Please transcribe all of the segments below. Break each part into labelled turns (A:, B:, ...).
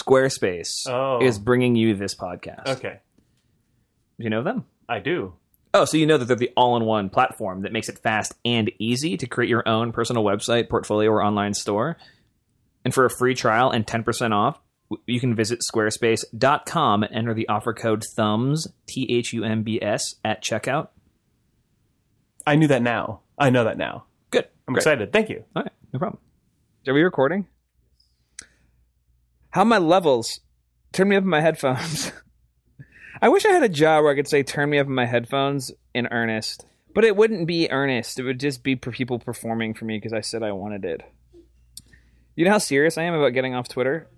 A: Squarespace
B: Oh.
A: is bringing you this podcast.
B: Okay,
A: Do you know them?
B: I do.
A: Oh, so you know that they're the all-in-one platform that makes it fast and easy to create your own personal website, portfolio, or online store. And for a free trial and 10% off, w- you can visit squarespace.com and enter the offer code THUMBS, T H U M B S, at checkout.
B: I knew that now. I know that now.
A: Good.
B: I'm
A: Great.
B: excited. Thank you.
A: All right, no problem. Are we recording? How my levels? Turn me up in my headphones. I wish I had a job where I could say "Turn me up in my headphones" in earnest, but it wouldn't be earnest. It would just be for people performing for me because I said I wanted it. You know how serious I am about getting off Twitter.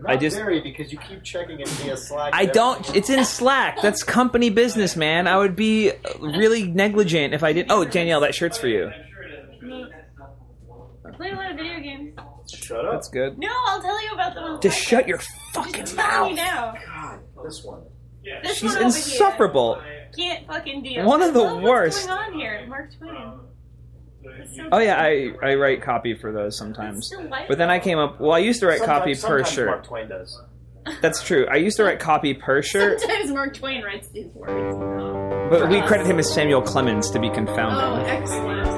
C: Not
A: I just-
C: very because you keep checking it via Slack.
A: I don't. It's in Slack. That's company business, man. I would be really negligent if I didn't. Oh, Danielle, that shirt's for you.
D: Play a lot of video games.
C: Shut up.
A: That's good.
D: No, I'll tell you about them. on
A: Just
D: podcast.
A: shut your
D: Just
A: fucking
D: tell me
A: mouth.
D: now.
C: This one.
D: This
A: She's
D: one over
A: insufferable.
D: Here. Can't fucking deal.
A: One of the
D: Look
A: worst.
D: What's going on here, Mark Twain? It's so
A: Oh yeah, I, I write copy for those sometimes. But then I came up. Well, I used to write copy
C: Sometimes-
A: per
C: sometimes Mark
A: shirt.
C: Twain does.
A: That's true. I used to write copy per shirt,
D: Sometimes Mark Twain writes these words.
A: but we credit him as Samuel Clemens to be
D: Oh,
A: confounded.
D: excellent.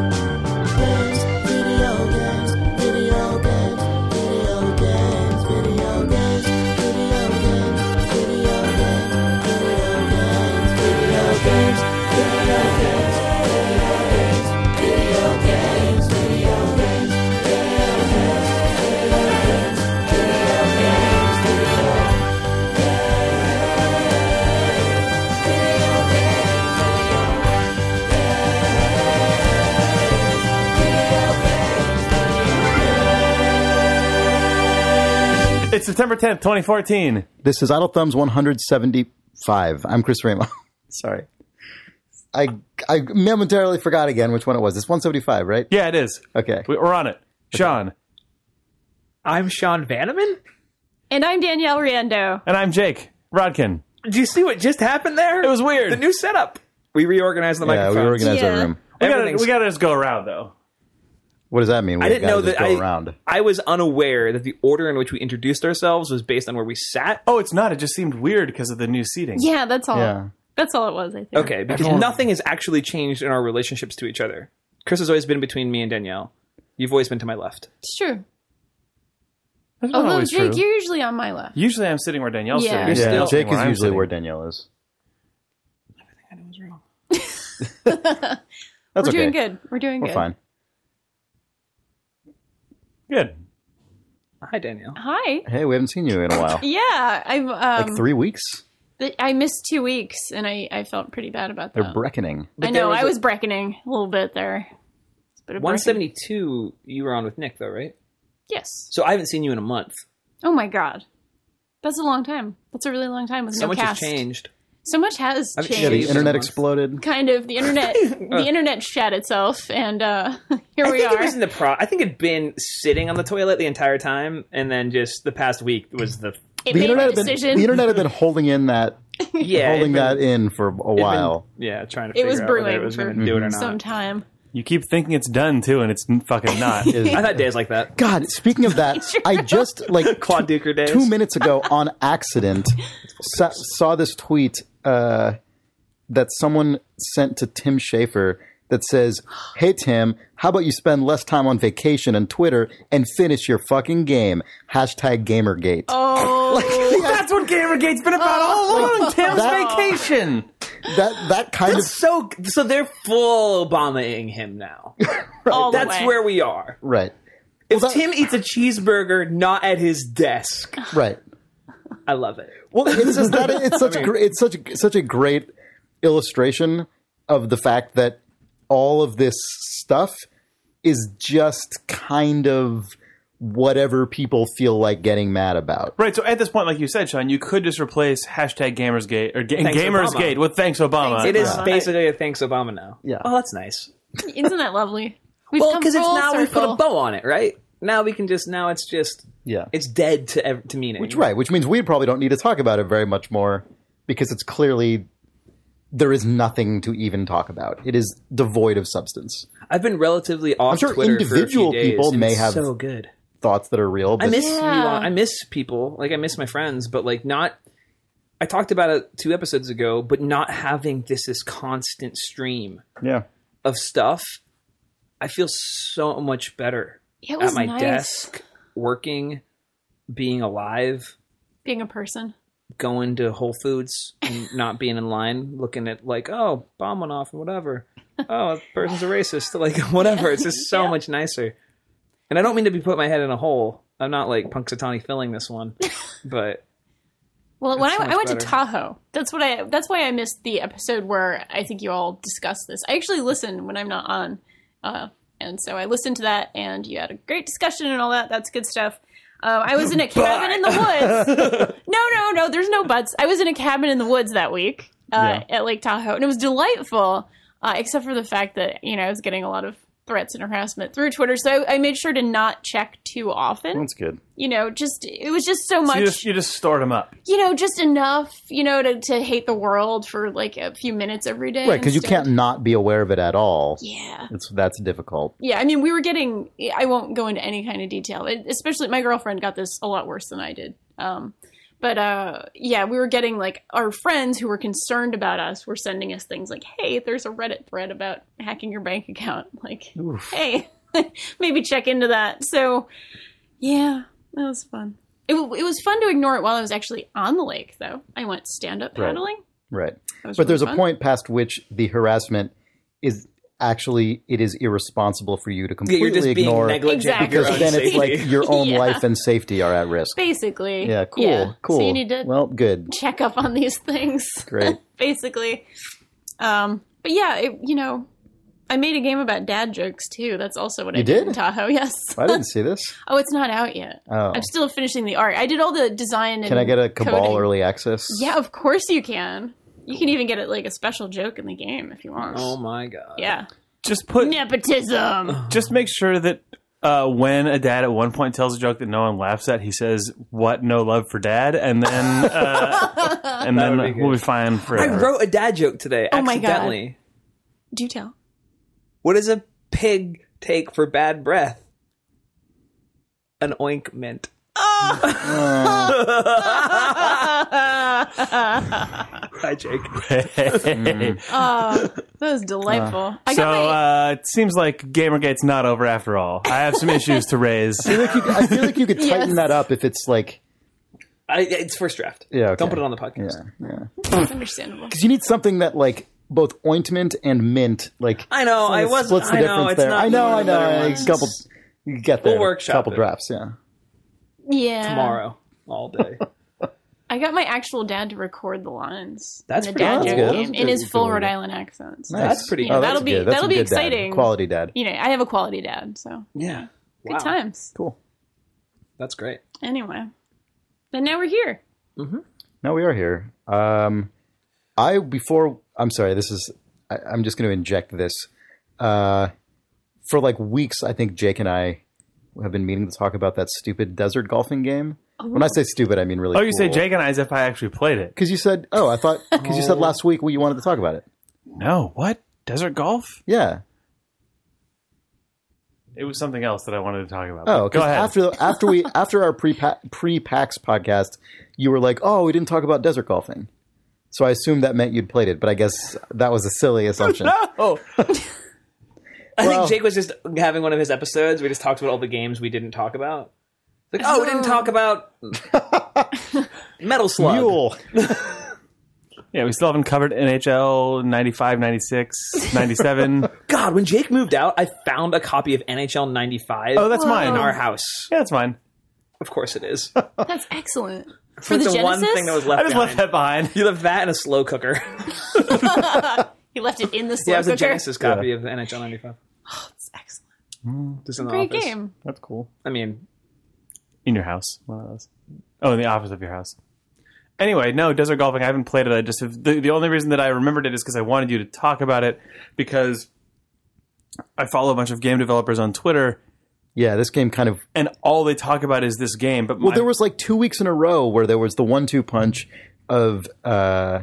E: games, video games, video games, video games, video games, video games, video games, video games, video games, video games, video games, video games, video games, video games, video games, video games, video games, video games, video games.
B: It's September 10th, 2014.
F: This is Idle Thumbs 175. I'm Chris Ramo. Sorry. I I momentarily forgot again which one it was. It's 175, right?
B: Yeah, it is.
F: Okay.
B: We- We're on it. Sean
A: I'm Sean Vanneman.
D: And I'm Danielle Riendo.
B: and I'm Jake Rodkin.
A: Did you see what just happened there?
B: It was weird.
A: the new setup. We reorganized the
F: Yeah,
A: microphones.
F: we organized
D: Yeah.
F: our room.
B: we, gotta,
A: Everything's-
B: we gotta just go around though.
F: What does that mean? We
A: I didn't
F: gotta
A: know
F: just
A: that
F: go
A: I
F: around.
A: I was unaware that the order in which we introduced ourselves was based on where we sat.
B: Oh, it's not. It just seemed weird because of the new seating.
D: Yeah, that's all.
F: Yeah.
D: That's all it was, I think.
A: Okay, because nothing has actually changed in our relationships to each other. Chris has always been between me and Danielle. You've always been to my left.
D: It's true.
B: That's not
D: Although,
B: always
D: Oh, Jake,
B: true.
D: you're usually on my left.
B: Usually I'm sitting where Danielle's
D: Yeah.
B: sitting.
D: You're
F: Yeah,
B: Danielle's
F: Jake
B: sitting
F: is
B: I'm
F: usually
B: sitting.
F: where Danielle is. That's
D: We're
F: okay.
D: doing good. We're doing
F: We're
D: good.
F: fine.
B: Good.
A: Hi, Danielle.
D: Hi.
F: Hey, we haven't seen you in a while.
D: Yeah, I've um,
F: like three weeks.
D: th- I missed two weeks, and I, I felt pretty bad about
F: They're
D: that.
F: reckoning.
D: I
A: there
D: know.
A: was
D: I
A: a-
D: was breckening a little bit there. It's a bit of
A: One
D: breckening.
A: seventy two. You were on with Nick though, right?
D: Yes.
A: So I haven't seen you in a month.
D: Oh my god, that's a long time. That's a really long time with
A: So
D: no
A: much
D: cast.
A: has changed.
D: So much has
A: I've-
D: changed.
F: Yeah, the
A: Jeez.
F: internet exploded.
D: kind of the internet. the internet shat itself, and uh, here
A: I
D: we
A: think
D: are.
A: it was in the pro. I think it'd been sitting on the toilet the entire time, and then just the past week was the
F: The
D: It made
F: internet,
D: a
F: had been,
D: decision.
F: the internet had been holding in that
A: yeah
F: holding
A: it'd been-
F: that in for a
A: it'd been-
F: while.
A: yeah, trying to figure
D: was
A: out whether it
D: brewing
A: was
D: for
A: going to do it or not.
D: some time.
B: You keep thinking it's done too, and it's n- fucking not.
F: Is-
A: I've had days like that.
F: God, speaking of that, I just like
A: Claude Duker days.
F: two minutes ago on accident sa- saw this tweet uh, that someone sent to Tim Schafer that says, "Hey Tim, how about you spend less time on vacation and Twitter and finish your fucking game?" Hashtag Gamergate.
D: Oh,
B: That's what Gamergate's been about all along. Tim's
F: That-
B: vacation.
F: That that kind
A: That's
F: of
A: so. So they're full Obamaing him now.
D: all the
A: That's
D: way.
A: where we are.
F: right,
A: If
F: that-
A: Tim eats a cheeseburger not at his desk,
F: right.
A: I love it.
F: Well, it's just that it's such a gr- it's such a, such a great illustration of the fact that all of this stuff is just kind of whatever people feel like getting mad about.
B: Right. So at this point, like you said, Sean, you could just replace hashtag Gamersgate or ga-
A: Thanks,
B: Gamersgate
A: Obama.
B: with thanks Obama.
D: Thanks,
A: It is
D: Yeah.
A: basically a thanks Obama now.
F: Yeah.
A: Oh, that's nice.
D: Isn't that lovely? We've
A: Well,
D: come
A: because it's
D: full
A: now we put a
D: circle.
A: bow on it, right? Now we can just now it's just
F: Yeah.
A: it's dead to ev- to meaning.
F: Right, which means we probably don't need to talk about it very much more because it's clearly there is nothing to even talk about. It is devoid of substance.
A: I've been relatively off
F: sure
A: Twitter
F: individual
A: for a few days,
F: people
A: and
F: may
A: it's
F: have-
A: so good.
F: Thoughts that are real.
A: I
F: But
A: miss
D: Yeah.
A: you all- I miss people. Like I miss my friends, but like not. I talked about it two episodes ago, but not having this this constant stream
F: yeah.
A: of stuff, I feel so much better
D: It
A: at
D: was
A: my
D: nice
A: desk, working, being alive,
D: being a person.
A: going to Whole Foods and not being in line, looking at like, oh, bombing off and whatever. Oh, that person's a racist. Like whatever. It's just so much nicer. And I don't mean to be put my head in a hole. I'm not like Punxsutawney filling this one, but
D: Well, when
A: That's
D: I,
A: so much
D: I went to
A: better.
D: Tahoe, that's what I. That's why I missed the episode where I think you all discussed this. I actually listen when I'm not on, uh, and so I listened to that, and you had a great discussion and all that. That's good stuff. Uh, I was in a cabin in the woods. no, no, no. There's no buts. I was in a cabin in the woods that week uh, at Lake Tahoe, and it was delightful, uh, except for the fact that you know I was getting a lot of threats and harassment through Twitter. So I, I made sure to not check too
A: Hmm.
D: often.
F: That's good.
D: You know, just it was just so much
B: You just you just start them up.
D: you know, just enough, you know, to, to hate the world for like a few minutes every day.
F: Right, because you
D: instead.
F: can't not be aware of it at all.
D: Yeah.
F: It's that's difficult.
D: Yeah. I mean, we were getting, I won't go into any kind of detail, it, especially my girlfriend got this a lot worse than I did. Um, but uh, yeah, we were getting like our friends who were concerned about us were sending us things like, hey, there's a Reddit thread about hacking your bank account. Like, hey, maybe check into that. So yeah, that was fun. It, w- it was fun to ignore it while I was actually on the lake, though. I went stand up
F: Right.
D: paddling.
F: Right.
D: That was
F: But there's
D: really
F: a
D: fun.
F: point past which the harassment is actually it is irresponsible for you to
A: yeah,
F: completely
A: you're just being
F: ignore
A: negligent. of your
F: because
A: own
F: then it's
A: safety.
F: like your own
D: Yeah.
F: life and safety are at risk.
D: Basically.
F: Yeah, cool, cool.
D: So you need to
F: well, good,
D: check up on these things.
F: great.
D: Basically. Um, but yeah, it, you know, I made a game about dad jokes too. That's also what I
F: You
D: did? in
F: did?
D: Tahoe. Yes.
F: I didn't see this.
D: Oh, it's not out yet.
F: Oh,
D: I'm still finishing the art. I did all the design. And
F: can I get a Cabal
D: coding.
F: early access?
D: Yeah, of course you can. You can even get it like a special joke in the game if you want.
A: oh my god.
D: Yeah.
B: Just put
D: Nepotism.
B: just make sure that uh, when a dad at one point tells a joke that no one laughs at, he says, "What? No love for dad," and then uh, and then
A: would be good.
B: we'll be fine
A: I
B: forever.
A: wrote a dad joke today
D: Oh my God.
A: accidentally.
D: Do tell.
A: What does a pig take for bad breath? An ointment. Hi, Jake.
D: Oh, that was delightful.
B: Mm-hmm.
D: I
B: so
D: got my,
B: uh, it seems like Gamergate's not over after all. I have some issues to raise.
F: I feel like you could tighten
D: Yes.
F: that up if it's like
A: I, it's first draft.
F: Yeah, okay.
A: Don't put it on the podcast.
F: yeah, yeah.
D: uh, understandable.
F: 'Cause you need something that like both ointment and mint like
A: I know. I
F: It
A: wasn't.
F: splits the
A: I
F: difference
A: know. It's
F: there.
A: not.
F: I know,
A: one
F: I
A: of the
F: know.
A: better
F: I
A: ones.
F: couple, you get there.
A: We'll workshop
F: couple
A: it.
F: drafts, yeah.
D: Yeah.
A: tomorrow all day.
D: I got my actual dad to record the lines.
A: That's
D: in the
A: pretty
D: dad
A: cool. That's
D: joke
A: good.
D: game
F: That's
D: in
F: good.
D: his
F: Good
D: full
F: one.
D: Rhode Island accent. So,
A: That's pretty
D: Yeah,
A: cool.
D: that'll be
F: good. Oh, That's
D: that'll
F: a
D: be
F: good dad.
D: exciting.
F: Quality dad.
D: You know, I have a quality dad, so
A: yeah.
D: good
A: Wow.
D: times.
F: Cool.
A: That's great.
D: Anyway, then now we're here.
F: No, we are here. Um, I before I'm sorry. This is I, I'm just going to inject this. Uh, for like weeks, I think Jake and I have been meeting to talk about that stupid desert golfing game.
D: Oh,
F: When I say stupid, I mean really.
B: oh, you say Jake and I as if I actually played it.
F: Because you said, oh, I thought because you said last week we you wanted to talk about it.
B: No, what desert golf?
F: Yeah.
B: It was something else that I wanted to talk about.
F: Oh,
B: go
F: because
B: ahead.
F: after the, after we after our pre pre PAX podcast, you were like, "Oh, we didn't talk about desert golfing," so I assumed that meant you'd played it. But I guess that was a silly assumption.
B: oh,
A: I
F: Well-
A: think Jake was just having one of his episodes. We just talked about all the games we didn't talk about. Like, oh, we didn't talk about Metal Slug.
F: Mule.
B: yeah, we still haven't covered NHL 95, 96, 97.
A: God, when Jake moved out, I found a copy of NHL 95
B: oh, that's mine.
A: in our house.
B: Yeah, that's mine.
A: Of course it is.
D: That's excellent. For
A: It's
D: the
A: the
D: Genesis,
A: one thing that was left
B: I just
A: behind.
B: left that behind.
A: You left that in a slow cooker.
D: he left it in the slow
A: yeah, it was a
D: cooker.
A: Genesis copy of NHL 95.
D: It's excellent.
A: Mm, Just in the
D: Great
A: office.
D: game.
B: That's cool.
A: I mean,
B: In your house, one of those. Oh, in the office of your house. Anyway, no desert golfing. I haven't played it. I just have, the the only reason that I remembered it is because I wanted you to talk about it because I follow a bunch of game developers on Twitter
F: Yeah, this game kind of.
B: and all they talk about is this game. But
F: Well,
B: my,
F: there was like two weeks in a row where there was the one-two punch of uh,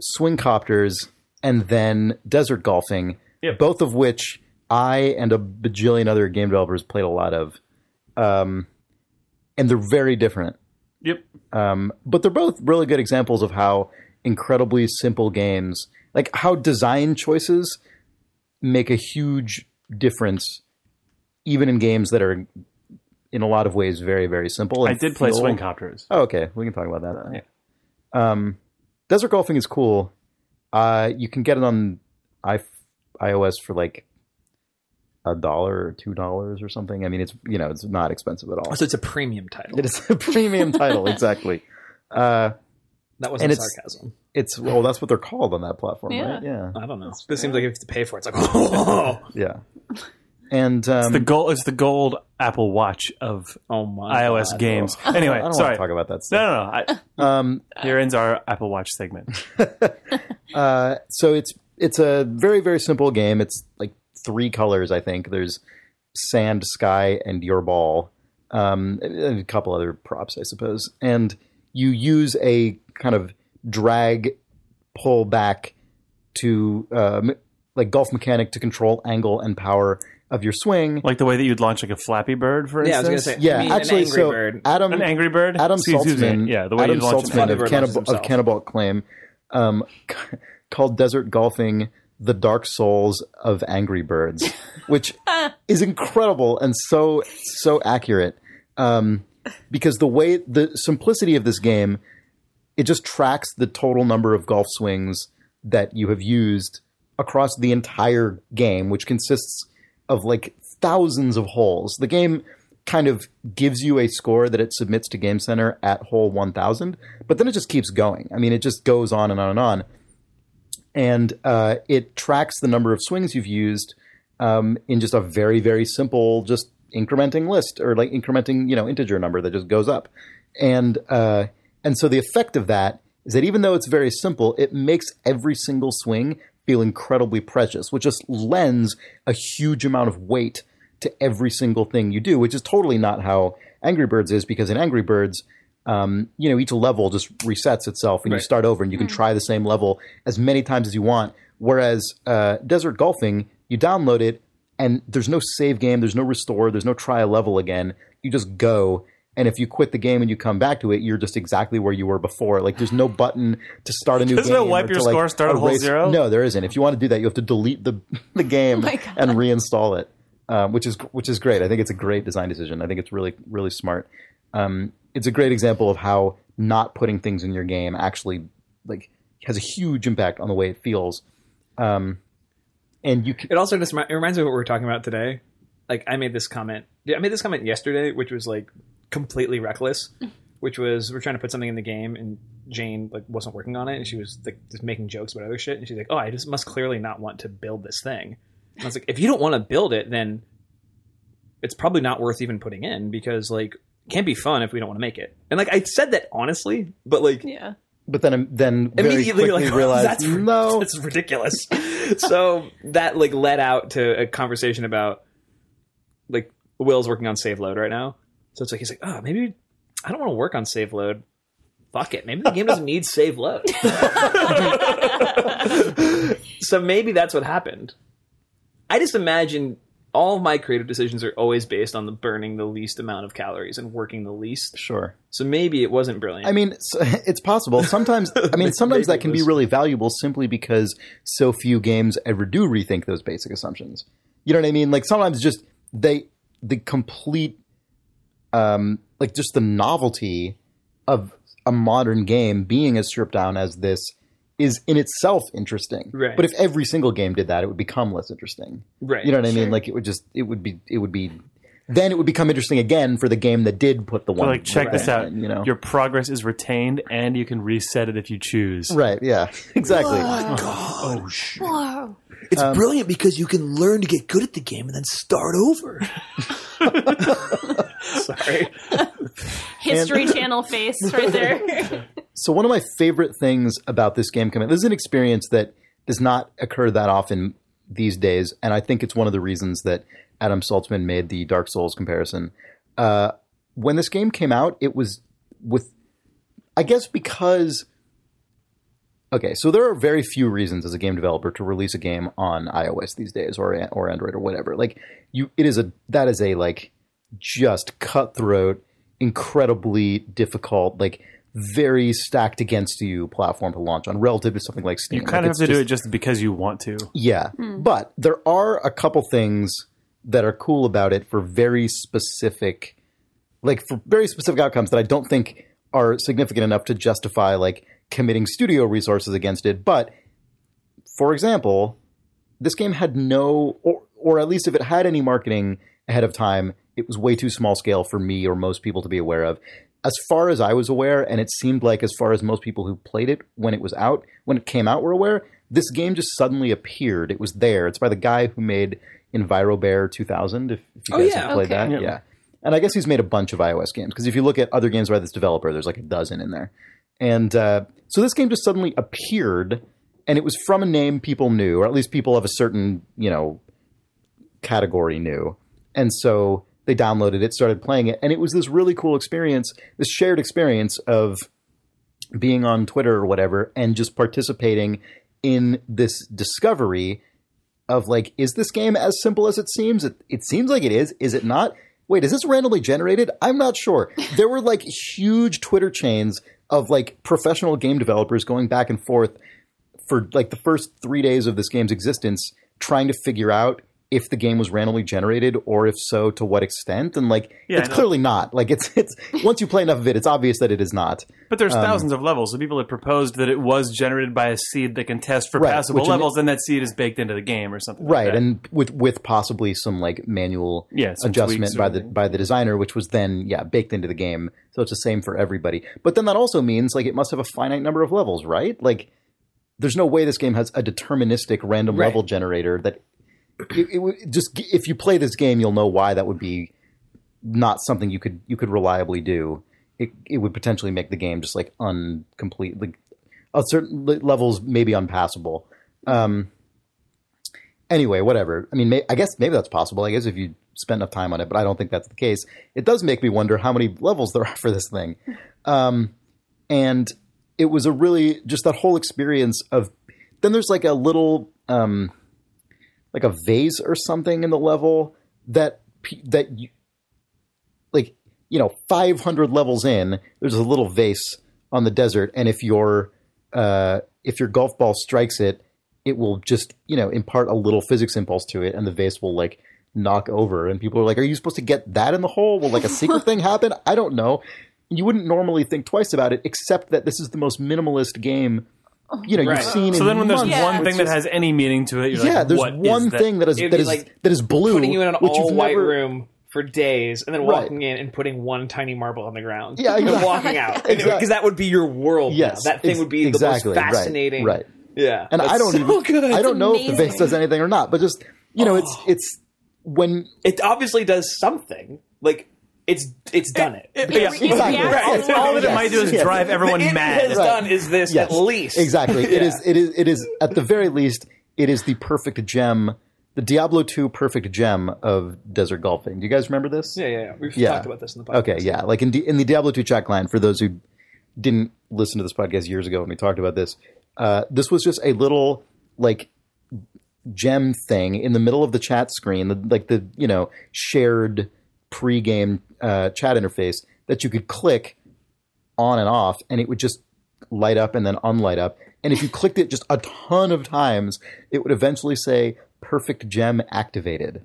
F: swing copters and then desert golfing,
B: Yep.
F: both of which I and a bajillion other game developers played a lot of. Um, and they're very different.
B: Yep.
F: Um, but they're both really good examples of how incredibly simple games, like how design choices make a huge difference, even in games that are in a lot of ways very, very simple.
B: I
F: and
B: did play
F: feel-
B: swing copters.
F: Oh, okay. We can talk about that.
B: Yeah.
F: Um, desert golfing is cool. Uh, you can get it on I- iOS for like a dollar or two dollars or something. I mean, it's you know, it's not expensive at all.
A: So it's a premium title.
F: It is a premium title, exactly. Uh,
A: that
F: and
A: wasn't
F: it's-
A: sarcasm.
F: it's well, that's what they're called on that platform,
D: Yeah.
F: right? Yeah,
A: I don't know. This seems like if you have to pay for it, it's like, oh,
F: yeah. And
B: It's
F: um,
B: the gold. It's the gold Apple Watch of
A: oh my.
B: iOS
A: God.
B: games.
F: I
B: Anyway,
F: don't
B: sorry.
F: want to talk about that stuff.
B: No, no, no.
F: Um,
B: I, here ends our Apple Watch segment.
F: Uh, so it's it's a very very simple game. It's like three colors, I think. There's sand, sky, and your ball, um, and a couple other props, I suppose. And you use a kind of drag pull back to um, like golf mechanic to control angle and power of your swing.
B: Like the way that you'd launch like a Flappy Bird, for
A: Yeah, I was gonna
B: instance.
A: say,
F: yeah,
A: I mean, an
F: actually,
A: Angry
F: so
A: Bird.
F: Adam
B: an Angry Bird.
F: Adam
B: Excuse me,
F: Saltzman,
B: Yeah, the way
F: Adam
B: you launch an
F: Saltzman
B: Angry
A: Bird
F: of,
A: launches
F: Cannibal, of
A: himself.
F: Cannibal Claim, um, c- called Desert Golfing: The Dark Souls of Angry Birds, which is incredible and so so accurate. Um, because the way the simplicity of this game, it just tracks the total number of golf swings that you have used across the entire game, which consists of like thousands of holes. The game kind of gives you a score that it submits to Game Center at hole 1000, but then it just keeps going. I mean, it just goes on and on and on. And uh, it tracks the number of swings you've used um, in just a very, very simple, just incrementing list or like incrementing, you know, integer number that just goes up. And, uh, and so the effect of that is that even though it's very simple, it makes every single swing feel incredibly precious, which just lends a huge amount of weight to every single thing you do, which is totally not how Angry Birds is, because in Angry Birds, um, you know, each level just resets itself and you
A: Right.
F: start over and you can
D: Mm.
F: try the same level as many times as you want. Whereas uh, Desert Golfing, you download it and there's no save game, there's no restore, there's no try a level again. You just go. And if you quit the game and you come back to it, you're just exactly where you were before. Like there's no button to start a new
B: Doesn't it
F: game.
B: wipe
F: or
B: your
F: to, like,
B: score, start at hole
F: erase-
B: zero?
F: No, there isn't. If you want to do that, you have to delete the the game
D: Oh my God.
F: and reinstall it, um, which is which is great. I think it's a great design decision. I think it's really really smart. Um, it's a great example of how not putting things in your game actually like has a huge impact on the way it feels. Um, and you can,
A: It also just remi- it reminds me of what we were talking about today. Like I made this comment. yeah, I made this comment yesterday, which was like completely reckless. Which was we're trying to put something in the game, and Jane like wasn't working on it, and she was like just making jokes about other shit, and she's like, "Oh, I just must clearly not want to build this thing." And I was like, "If you don't want to build it, then it's probably not worth even putting in because like it can't be fun if we don't want to make it." And like I said that honestly, but like
D: Yeah.
F: but then then very
A: immediately
F: quickly
A: like "Oh,
F: realize
A: that's
F: no,
A: that's ridiculous so that like led out to a conversation about like will's working on save load right now so it's like he's like oh maybe i don't want to work on save load fuck it maybe the game doesn't need save load so maybe that's what happened i just imagine all of my creative decisions are always based on the burning the least amount of calories and working the least
F: sure.
A: so maybe it wasn't brilliant
F: I mean, s it's possible. Sometimes, I mean, sometimes that can be really valuable simply because so few games ever do rethink those basic assumptions. You know what I mean? Like sometimes just they the complete, um, like just the novelty of a modern game being as stripped down as this is in itself interesting.
A: Right.
F: But if every single game did that, it would become less interesting.
A: right
F: You know what I mean? Like it would just it would be it would be. Then it would become interesting again for the game that did put the one.
B: like, check this
F: thing
B: out.
F: in, You know,
B: Your progress is retained, and you can reset it if you choose.
F: Right. Yeah. Exactly.
B: Oh shit!
D: Whoa.
G: It's
F: Um,
G: brilliant because you can learn to get good at the game and then start over.
A: sorry
D: History Channel face right there.
F: So one of my favorite things about this game coming, this is an experience that does not occur that often these days, and I think it's one of the reasons that Adam Saltzman made the Dark Souls comparison. Uh, when this game came out, it was with, I guess, because Okay, so there are very few reasons as a game developer to release a game on iOS these days, or or Android, or whatever. Like you, it is a that is a like just cutthroat, incredibly difficult, like very stacked against you platform to launch on relative to something like Steam.
B: You kind of
F: Like, it's
B: have to
F: just-
B: do it just because you want to.
F: yeah. But there are a couple things that are cool about it for very specific like for very specific outcomes that I don't think are significant enough to justify like committing studio resources against it. But for example, this game had no or or at least if it had any marketing ahead of time, it was way too small scale for me or most people to be aware of. As far as I was aware, and it seemed like as far as most people who played it when it was out, when it came out were aware, this game just suddenly appeared. It was there. It's by the guy who made EnviroBear 2000, if, if you
C: Oh,
F: guys
C: yeah,
F: have played
D: okay.
F: that.
B: Yeah.
F: yeah. And I guess he's made a bunch of iOS games because if you look at other games by this developer, there's like a dozen in there. And uh, so this game just suddenly appeared, and it was from a name people knew, or at least people of a certain you know category knew. And so they downloaded it, started playing it, and it was this really cool experience, this shared experience of being on Twitter or whatever, and just participating in this discovery of like, is this game as simple as it seems? It, it seems like it is. Is it not? Wait, is this randomly generated? I'm not sure. There were like huge Twitter chains of like professional game developers going back and forth for like the first three days of this game's existence, trying to figure out if the game was randomly generated or if so, to what extent. And like,
B: Yeah, I
F: it's
B: know.
F: clearly not. Like, it's it's once you play enough of it, it's obvious that it is not.
B: But there's
F: Um,
B: thousands of levels, so people had proposed that it was generated by a seed that can test for
F: Right,
B: passable
F: which in-
B: levels, and that seed is baked into the game or something. like
F: right
B: that.
F: and with with possibly some like manual
B: Yeah, some tweaks
F: adjustment
B: or
F: by the
B: something.
F: by the designer which was then yeah baked into the game so it's the same for everybody but then that also means like it must have a finite number of levels right like there's no way this game has a deterministic random
C: Right.
F: level generator that it, it would just if you play this game you'll know why that would be not something you could you could reliably do it it would potentially make the game just like uncomplete like a certain le- levels maybe unpassable um anyway, whatever. I mean, may, I guess maybe that's possible. I guess if you spend enough time on it, but I don't think that's the case. It does make me wonder how many levels there are for this thing. Um, and it was a really just that whole experience of. Then there's like a little, um, like a vase or something in the level that pe- that you, like you know 500 levels in. There's a little vase on the desert, and if your uh, if your golf ball strikes it, it will just you know impart a little physics impulse to it and the vase will like knock over and people are like are you supposed to get that in the hole will like a secret thing happen i don't know you wouldn't normally think twice about it except that this is the most minimalist game you know
C: Right.
F: you've seen
B: So
F: in
B: then, when there's
F: months.
D: Yeah.
B: one thing that has any meaning to it, you're
F: yeah
B: like,
F: there's
B: "What is
F: one thing that is
C: It'd
F: that
C: be
F: is
C: like
F: that is blue
C: putting you in an
F: which you've
C: all white
F: never-
C: room for days and then
F: Right.
C: walking in and putting one tiny marble on the ground.
F: Yeah,
C: and then
F: exactly.
C: walking out.
F: Exactly.
C: Because that would be your world. now.
F: Yes,
C: That thing
F: ex-
C: would be
F: exactly,
C: the
F: right,
C: most fascinating.
F: right.
C: Yeah.
F: and
C: That's
F: I don't
C: so
F: even
C: good.
F: I don't know if the vase
D: amazing.
F: does anything or not but just you know
C: Oh.
F: it's it's when
C: It obviously does something. Like it's it's done it.
B: It,
D: It
B: yeah,
D: re- it
F: Exactly.
D: reacts
F: Right.
D: to
B: all that it
F: Yes,
B: might do is
F: yes.
B: drive everyone
C: the it
B: mad.
C: has
F: Right.
C: done is this
F: Yes.
C: at least
F: Exactly. It
C: Yeah.
F: is. It is. It is at the very least. It is the perfect gem, the Diablo two perfect gem of desert golfing. Do you guys remember this?
C: Yeah, yeah, yeah. We've
F: Yeah.
C: talked about this in the podcast.
F: Okay, yeah. Like in, D- in the Diablo 2 chat line, for those who didn't listen to this podcast years ago when we talked about this, uh, this was just a little like gem thing in the middle of the chat screen, the, like the you know shared pre-game uh, chat interface that you could click on and off, and it would just light up and then unlight up. And if you clicked it just a ton of times, it would eventually say "perfect gem activated."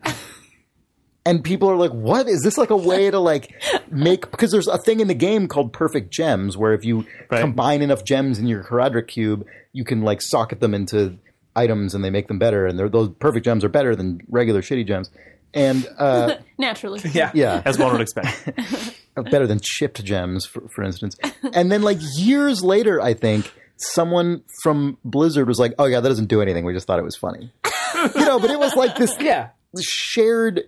F: and people are like, "What is this? Like a way to like make?" Because there's a thing in the game called perfect gems, where if you
B: Right.
F: combine enough gems in your quadratic cube, you can like socket them into items, and they make them better. And they're, those perfect gems are better than regular shitty gems, and uh,
D: Naturally.
C: Yeah.
F: yeah, uh,
B: As one would expect.
F: better than chipped gems, for, for instance. And then, like years later, I think someone from Blizzard was like, "Oh yeah, that doesn't do anything. We just thought it was funny." you know, but it was like this
C: Yeah.
F: shared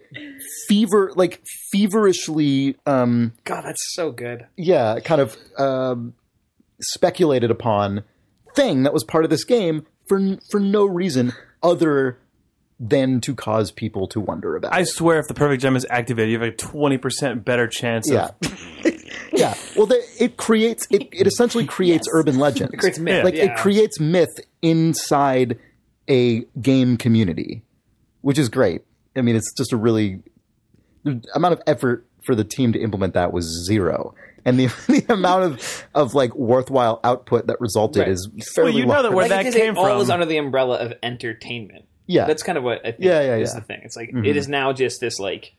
F: fever, like feverishly, um,
C: God, that's so good.
F: yeah, kind of um, speculated upon thing that was part of this game for for no reason other than to cause people to wonder about.
B: I
F: it.
B: swear, if the perfect gem is activated, you have a twenty percent better chance.
F: yeah.
B: Of,
F: yeah. Well, the, it creates it, it essentially creates urban legends. It
A: creates myth,
F: Like
A: yeah.
F: it creates myth inside a game community, which is great. I mean, it's just a really the amount of effort for the team to implement that was zero. And the, the amount of, of like worthwhile output that resulted
A: Right.
F: is fairly
B: you know
F: low.
B: that we're- Where
A: Like,
B: that
A: because it
B: came
A: all
B: from.
A: is under the umbrella of entertainment.
F: Yeah.
A: that's kind of what I think
F: Yeah, yeah,
A: is
F: yeah.
A: the thing. It's like it is now just this like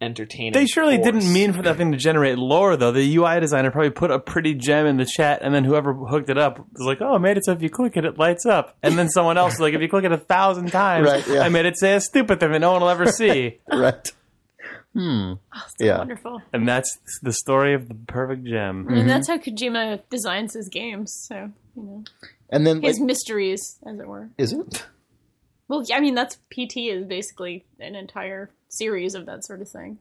A: entertainment.
B: Mm-hmm. they surely
A: force.
B: didn't mean for that thing to generate lore, though. The UI designer probably put a pretty gem in the chat, and then whoever hooked it up was like, "Oh, I made it so if you click it, it lights up." And then someone else was like, "If you click it a thousand times,
F: Right, yeah.
B: I made it say a stupid thing that no one will ever see."
F: right. Yeah.
D: Wonderful.
B: and that's the story of the perfect gem.
A: Mm-hmm.
D: And that's how Kojima designs his games. So, you know,
F: And then like,
D: his mysteries, as it were.
F: is it?
D: Well, I mean, that's PT is basically an entire series of that sort of thing.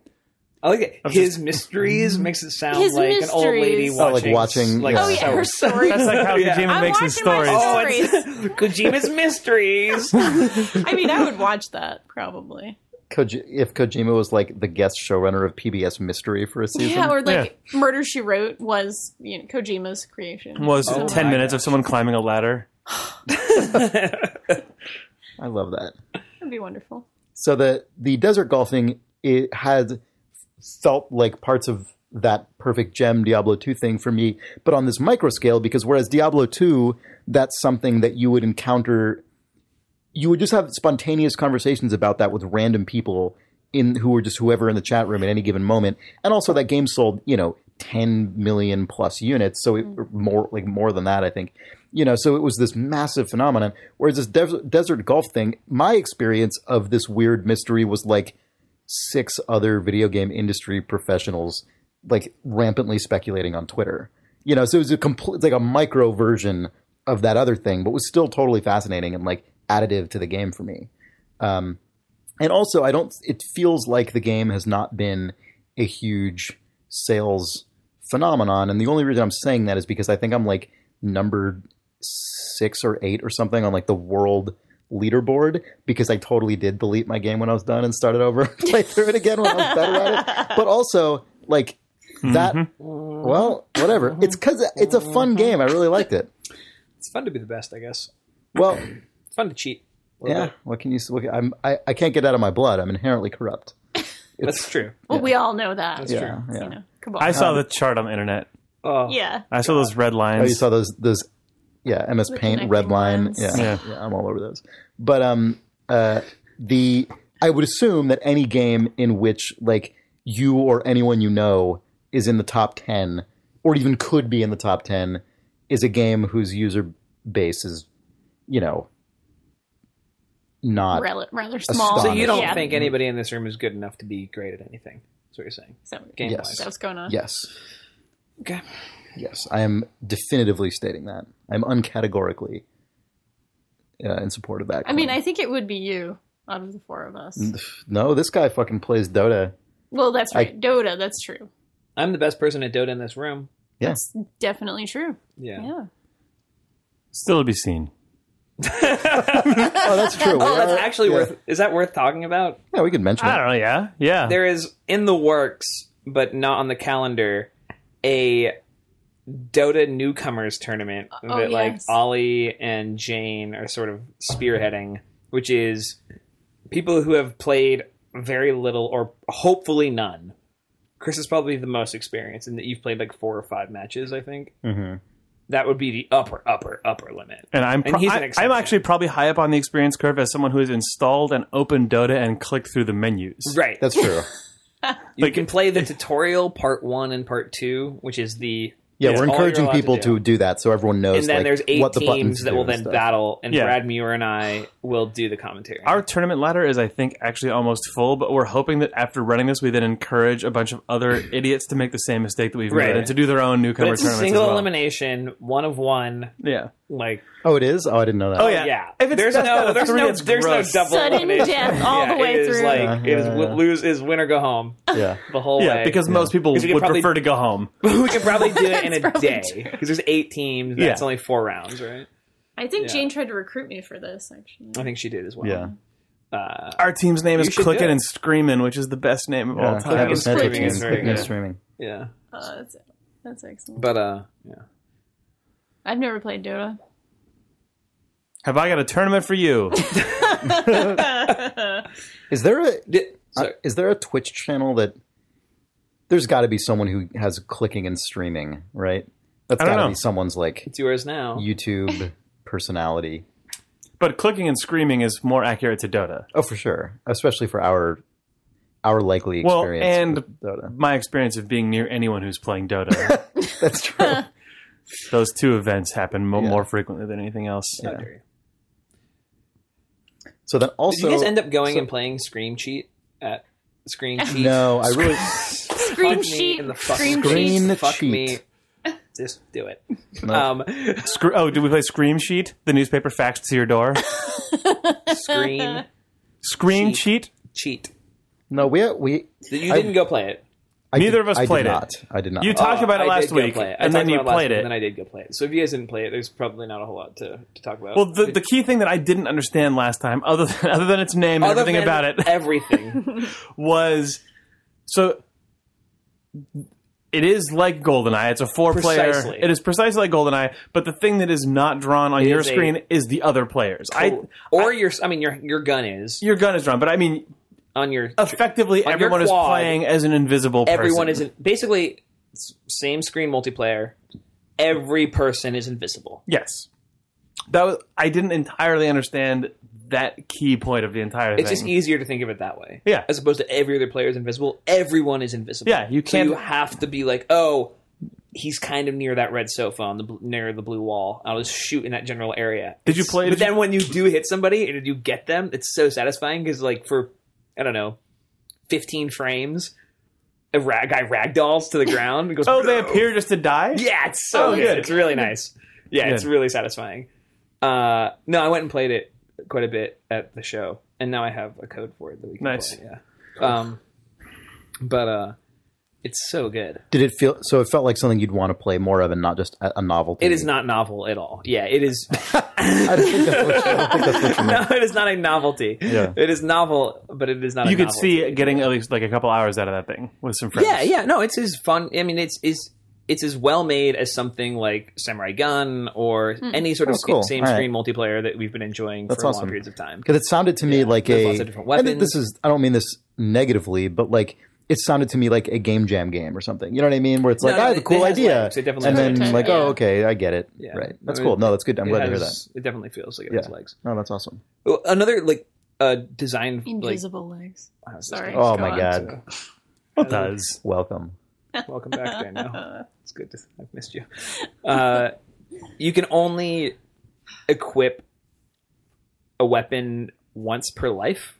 A: I like it. His mysteries
B: Mm-hmm.
A: makes it sound
D: His
A: like an old lady
D: mysteries.
F: Oh, like
A: watching,
F: watching,
A: like
F: yeah.
D: Oh, yeah, her
A: so-
D: stories.
B: That's like how
A: Yeah.
B: Kojima
D: I'm
B: makes his
D: watching my
B: stories.
A: Oh, it's Kojima's mysteries.
D: I mean, I would watch that probably.
F: Koji- if Kojima was like the guest showrunner of PBS Mystery for a season,
D: Yeah, or like Murder She Wrote was you know, Kojima's creation.
B: was
A: Oh
B: ten
A: my
B: minutes of someone climbing a ladder.
F: I love that.
D: That'd be wonderful.
F: so the the desert golfing it had felt like parts of that perfect gem Diablo 2 thing for me, but on this micro scale because whereas Diablo 2 that's something that you would encounter you would just have spontaneous conversations about that with random people in who were just whoever in the chat room at any given moment. And also that game sold, you know, 10 million plus units, so it, or more like more than that I think. You know, so it was this massive phenomenon whereas this des- desert golf thing, my experience of this weird mystery was like six other video game industry professionals like rampantly speculating on Twitter. You know, so it was a complete like a micro version of that other thing, but was still totally fascinating and like additive to the game for me. Um, and also, I don't. It feels like the game has not been a huge sales phenomenon, and the only reason I'm saying that is because I think I'm like number six or eight or something on like the world leaderboard because I totally did delete my game when I was done and started over and played through it again when I was better at it. But also, like that. Well, whatever. It's because it's a fun game. I really liked it.
A: it's fun to be the best, I guess.
F: Well,
A: It's fun to cheat. a little
F: yeah.
A: bit.
F: What can you? s- What, can- I'm. I, I can't get out of my blood. I'm inherently corrupt.
A: that's true.
D: Well, we all know that.
A: That's
F: Yeah.
A: true.
F: Yeah.
D: You know, Cabal.
B: I saw the chart on the internet.
A: Oh,
D: yeah.
B: I saw those red
F: Oh, you
B: lines.
F: saw those those yeah, MS Paint,
D: connecting
F: red line.
D: lines.
F: Yeah,
B: Yeah.
F: yeah, I'm all over those. But um uh the I would assume that any game in which like you or anyone you know is in the top ten or even could be in the top ten is a game whose user base is, you know, not
D: Rather, rather small.
A: So you don't
D: yeah.
A: think anybody in this room is good enough to be great at anything? That's what you're saying.
D: So,
A: Game
F: Yes.
A: wise.
D: so what's going on?
F: Yes.
A: Okay.
F: Yes, I am definitively stating that. I'm uncategorically uh, in support of that.
D: I mean,
F: claim.
D: I think it would be you out of the four of us.
F: no, this guy fucking plays Dota.
D: Well, that's
F: I-
D: right. Dota, that's true.
A: I'm the best person at Dota in this room.
F: Yes.
D: Definitely true.
A: Yeah.
D: Yeah.
B: Still to be seen.
F: Oh, that's true.
A: Oh, that's actually
F: yeah.
A: worth. Is that worth talking about?
F: Yeah, we could mention
B: I
F: it.
B: don't know. Yeah, yeah.
A: There is in the works, but not on the calendar, a Dota newcomers tournament
D: Oh,
A: that like
D: yes.
A: Ollie and Jane are sort of spearheading, which is people who have played very little or hopefully none. Chris is probably the most experienced in that you've played like four or five matches, I think. Mm-hmm. That would be the upper, upper, upper limit.
B: And I'm pro-
A: he's an
B: I,
A: exception.
B: I'm actually probably high up on the experience curve as someone who has installed and opened Dota and clicked through the menus.
A: right.
F: That's true.
A: You
B: Like-
A: can play the tutorial part one and part two, which is the
F: Yeah,
A: it's
F: we're
A: all you're
F: encouraging
A: allowed to
F: people
A: do.
F: to do that so everyone knows
A: and then
F: like,
A: there's eight
F: what the buttons
A: teams that
F: do
A: will
F: and
A: then
F: stuff.
A: battle, and
B: Yeah.
A: Brad Muir and I will do the commentary.
B: Our tournament ladder is, I think, actually almost full, but we're hoping that after running this, we then encourage a bunch of other idiots to make the same mistake that we've
A: Right.
B: made and to do their own
A: but
B: newcomer
A: it's a
B: tournaments.
A: single
B: as well.
A: elimination, one of one.
B: Yeah.
A: Like,
F: Oh, it is? Oh, I didn't know that.
B: Oh,
A: yeah,
B: yeah. If it's
A: there's
B: best out
A: no,
B: of
A: there's
B: three,
A: no,
B: it's
A: there's no
B: gross.
A: double
D: Sudden
A: elimination.
D: death all
A: Yeah,
D: the way
A: it is
D: through.
A: Like, it is
F: Uh-huh.
A: w- lose is win or go home
F: Yeah.
A: the whole
B: Yeah,
A: way.
B: because most people
A: Because we could
B: would
A: probably-
B: prefer to go home.
A: we could probably do it in a
D: That's probably
A: day
D: true.
A: because there's eight teams.
B: Yeah.
A: That's only four rounds, right?
D: I think
A: Yeah.
D: Jane tried to recruit me for this, actually.
A: I think she did as well.
F: Yeah.
A: Uh,
B: Our team's name
A: You
B: is
A: should do
B: Clickin'
A: it.
B: and Screamin', which is the best name of all
F: I
B: time.
F: have a
A: Clicking
F: Snapchat
D: streaming
F: team.
D: is
A: very
F: Clicking and
A: good.
F: streaming.
A: yeah,
D: Oh, that's, that's excellent.
A: but uh, yeah.
D: I've never played Dota.
B: Have I got a tournament for you?
F: Is there a
A: Did, so,
F: uh, is there a Twitch channel that there's got to be someone who has clicking and streaming, right? That's
B: I don't
F: got to
B: know.
F: be someone's like
A: it's yours now.
F: YouTube personality.
B: but Clicking and Screaming is more accurate to Dota.
F: Oh, for sure, especially for our our likely
B: Well,
F: experience.
B: and-
F: with Dota.
B: My experience of being near anyone who's playing Dota,
F: that's true.
B: those two events happen mo-
F: Yeah.
B: more frequently than anything else.
A: How dare you.
F: so then
A: Did
F: also
A: you guys end up going
F: so-
A: and playing Scream Cheat at Scream Cheat?
F: no, I really
D: Scream
A: Fuck me
D: sheet.
A: in the fucking
D: Scream
F: Scream
D: sheet.
F: The
A: Fuck me.
F: cheat.
A: Just do it.
F: No.
A: Um,
B: Scre- oh, did we play Scream Sheet? The newspaper faxed to your door.
A: Scream
B: Scream
A: Sheet.
B: Cheat.
A: Cheat.
F: no we we
A: You
F: I-
A: didn't go play it.
F: I
B: Neither of
F: did-
B: us
F: I did
B: played it.
F: not. I did not.
B: You talked
A: Oh,
B: about it
A: I
B: last
A: did go
B: week,
A: play it. I
B: and then
A: talked
B: you
A: about last
B: played
A: week,
B: it.
A: And then I did go play it. So if you guys didn't play it, there's probably not a whole lot to, to talk about.
B: Well, the, the key thing that I didn't understand last time, other than, other than its name and
A: Other
B: everything
A: than
B: about it,
A: Everything.
B: was so it is like GoldenEye. It's a four
A: Precisely.
B: player. It is precisely like GoldenEye, but the thing that is not drawn on your
A: is a-
B: screen is the other players. I
A: or your, I mean, your your gun is
B: your gun is drawn, but I mean,
A: on your.
B: effectively
A: On your
B: everyone is
A: quad,
B: playing as an invisible.
A: Everyone
B: person.
A: is in, basically s- same screen multiplayer. Every person is invisible.
B: Yes, that was, I didn't entirely understand that key point of the entire
A: It's
B: thing.
A: just e- easier to think of it that way.
B: Yeah.
A: As opposed to every other player is invisible, everyone is invisible.
B: Yeah, you can't-
A: So you have to be like, oh, he's kind of near that red sofa on the bl- near the blue wall. I'll just shoot in that general area.
B: Did you
A: It's-
B: play-
A: But
B: did you-
A: then when you do hit somebody and you get them, it's so satisfying because like for I don't know, fifteen frames, a rag guy ragdolls to the ground and goes.
B: oh, they appear just to die.
A: Yeah, it's so
B: Oh,
A: good.
B: good.
A: It's really nice. Yeah, it's
B: Good.
A: really satisfying. Uh, no, I went and played it quite a bit at the show, and now I have a code for it that we can
B: Nice.
A: play. Yeah. Um, but uh, it's so good.
F: Did it feel so? It felt like something you'd want to play more of, and not just a, a novelty.
A: It is not novel at all. Yeah, it is.
F: I don't think that's what, I don't think that's what you meant.
A: no, it is not a novelty.
F: Yeah.
A: It is novel, but it is not.
B: You
A: a
B: could
A: novel.
B: see getting at least like a couple hours out of that thing with some friends.
A: Yeah, yeah. No, it's as fun. I mean, it's is it's as well made as something like Samurai Gun or any sort of
F: Oh, cool.
A: same
F: All right.
A: screen multiplayer that we've been enjoying
F: That's
A: for long
F: awesome.
A: periods of time.
F: because it sounded to me like
A: there's
F: a.
A: lots of different
F: and th-
A: weapons.
F: this is I don't mean this negatively, but like it sounded to me like a game jam game or something. You know what I mean? Where it's
A: No,
F: like I have a
A: it- it
F: cool
A: has
F: idea,
A: legs. It definitely
F: and
A: has
F: then
D: legs,
F: like
D: yeah.
F: oh okay, I get it.
A: Yeah.
F: Right, that's
A: I mean,
F: cool. No, that's good. I'm
A: It
F: glad to hear that.
A: has- It definitely feels like it has
F: Yeah.
A: legs.
F: No, that's awesome.
A: Well, Another like uh, design like
D: Invisible legs.
A: wow, this
D: Sorry.
A: is-
F: Oh
D: Go
F: my
D: on.
F: god,
B: it does.
F: welcome.
A: Welcome back, Danielle. It's good. To, I've missed you. Uh, you can only equip a weapon once per life,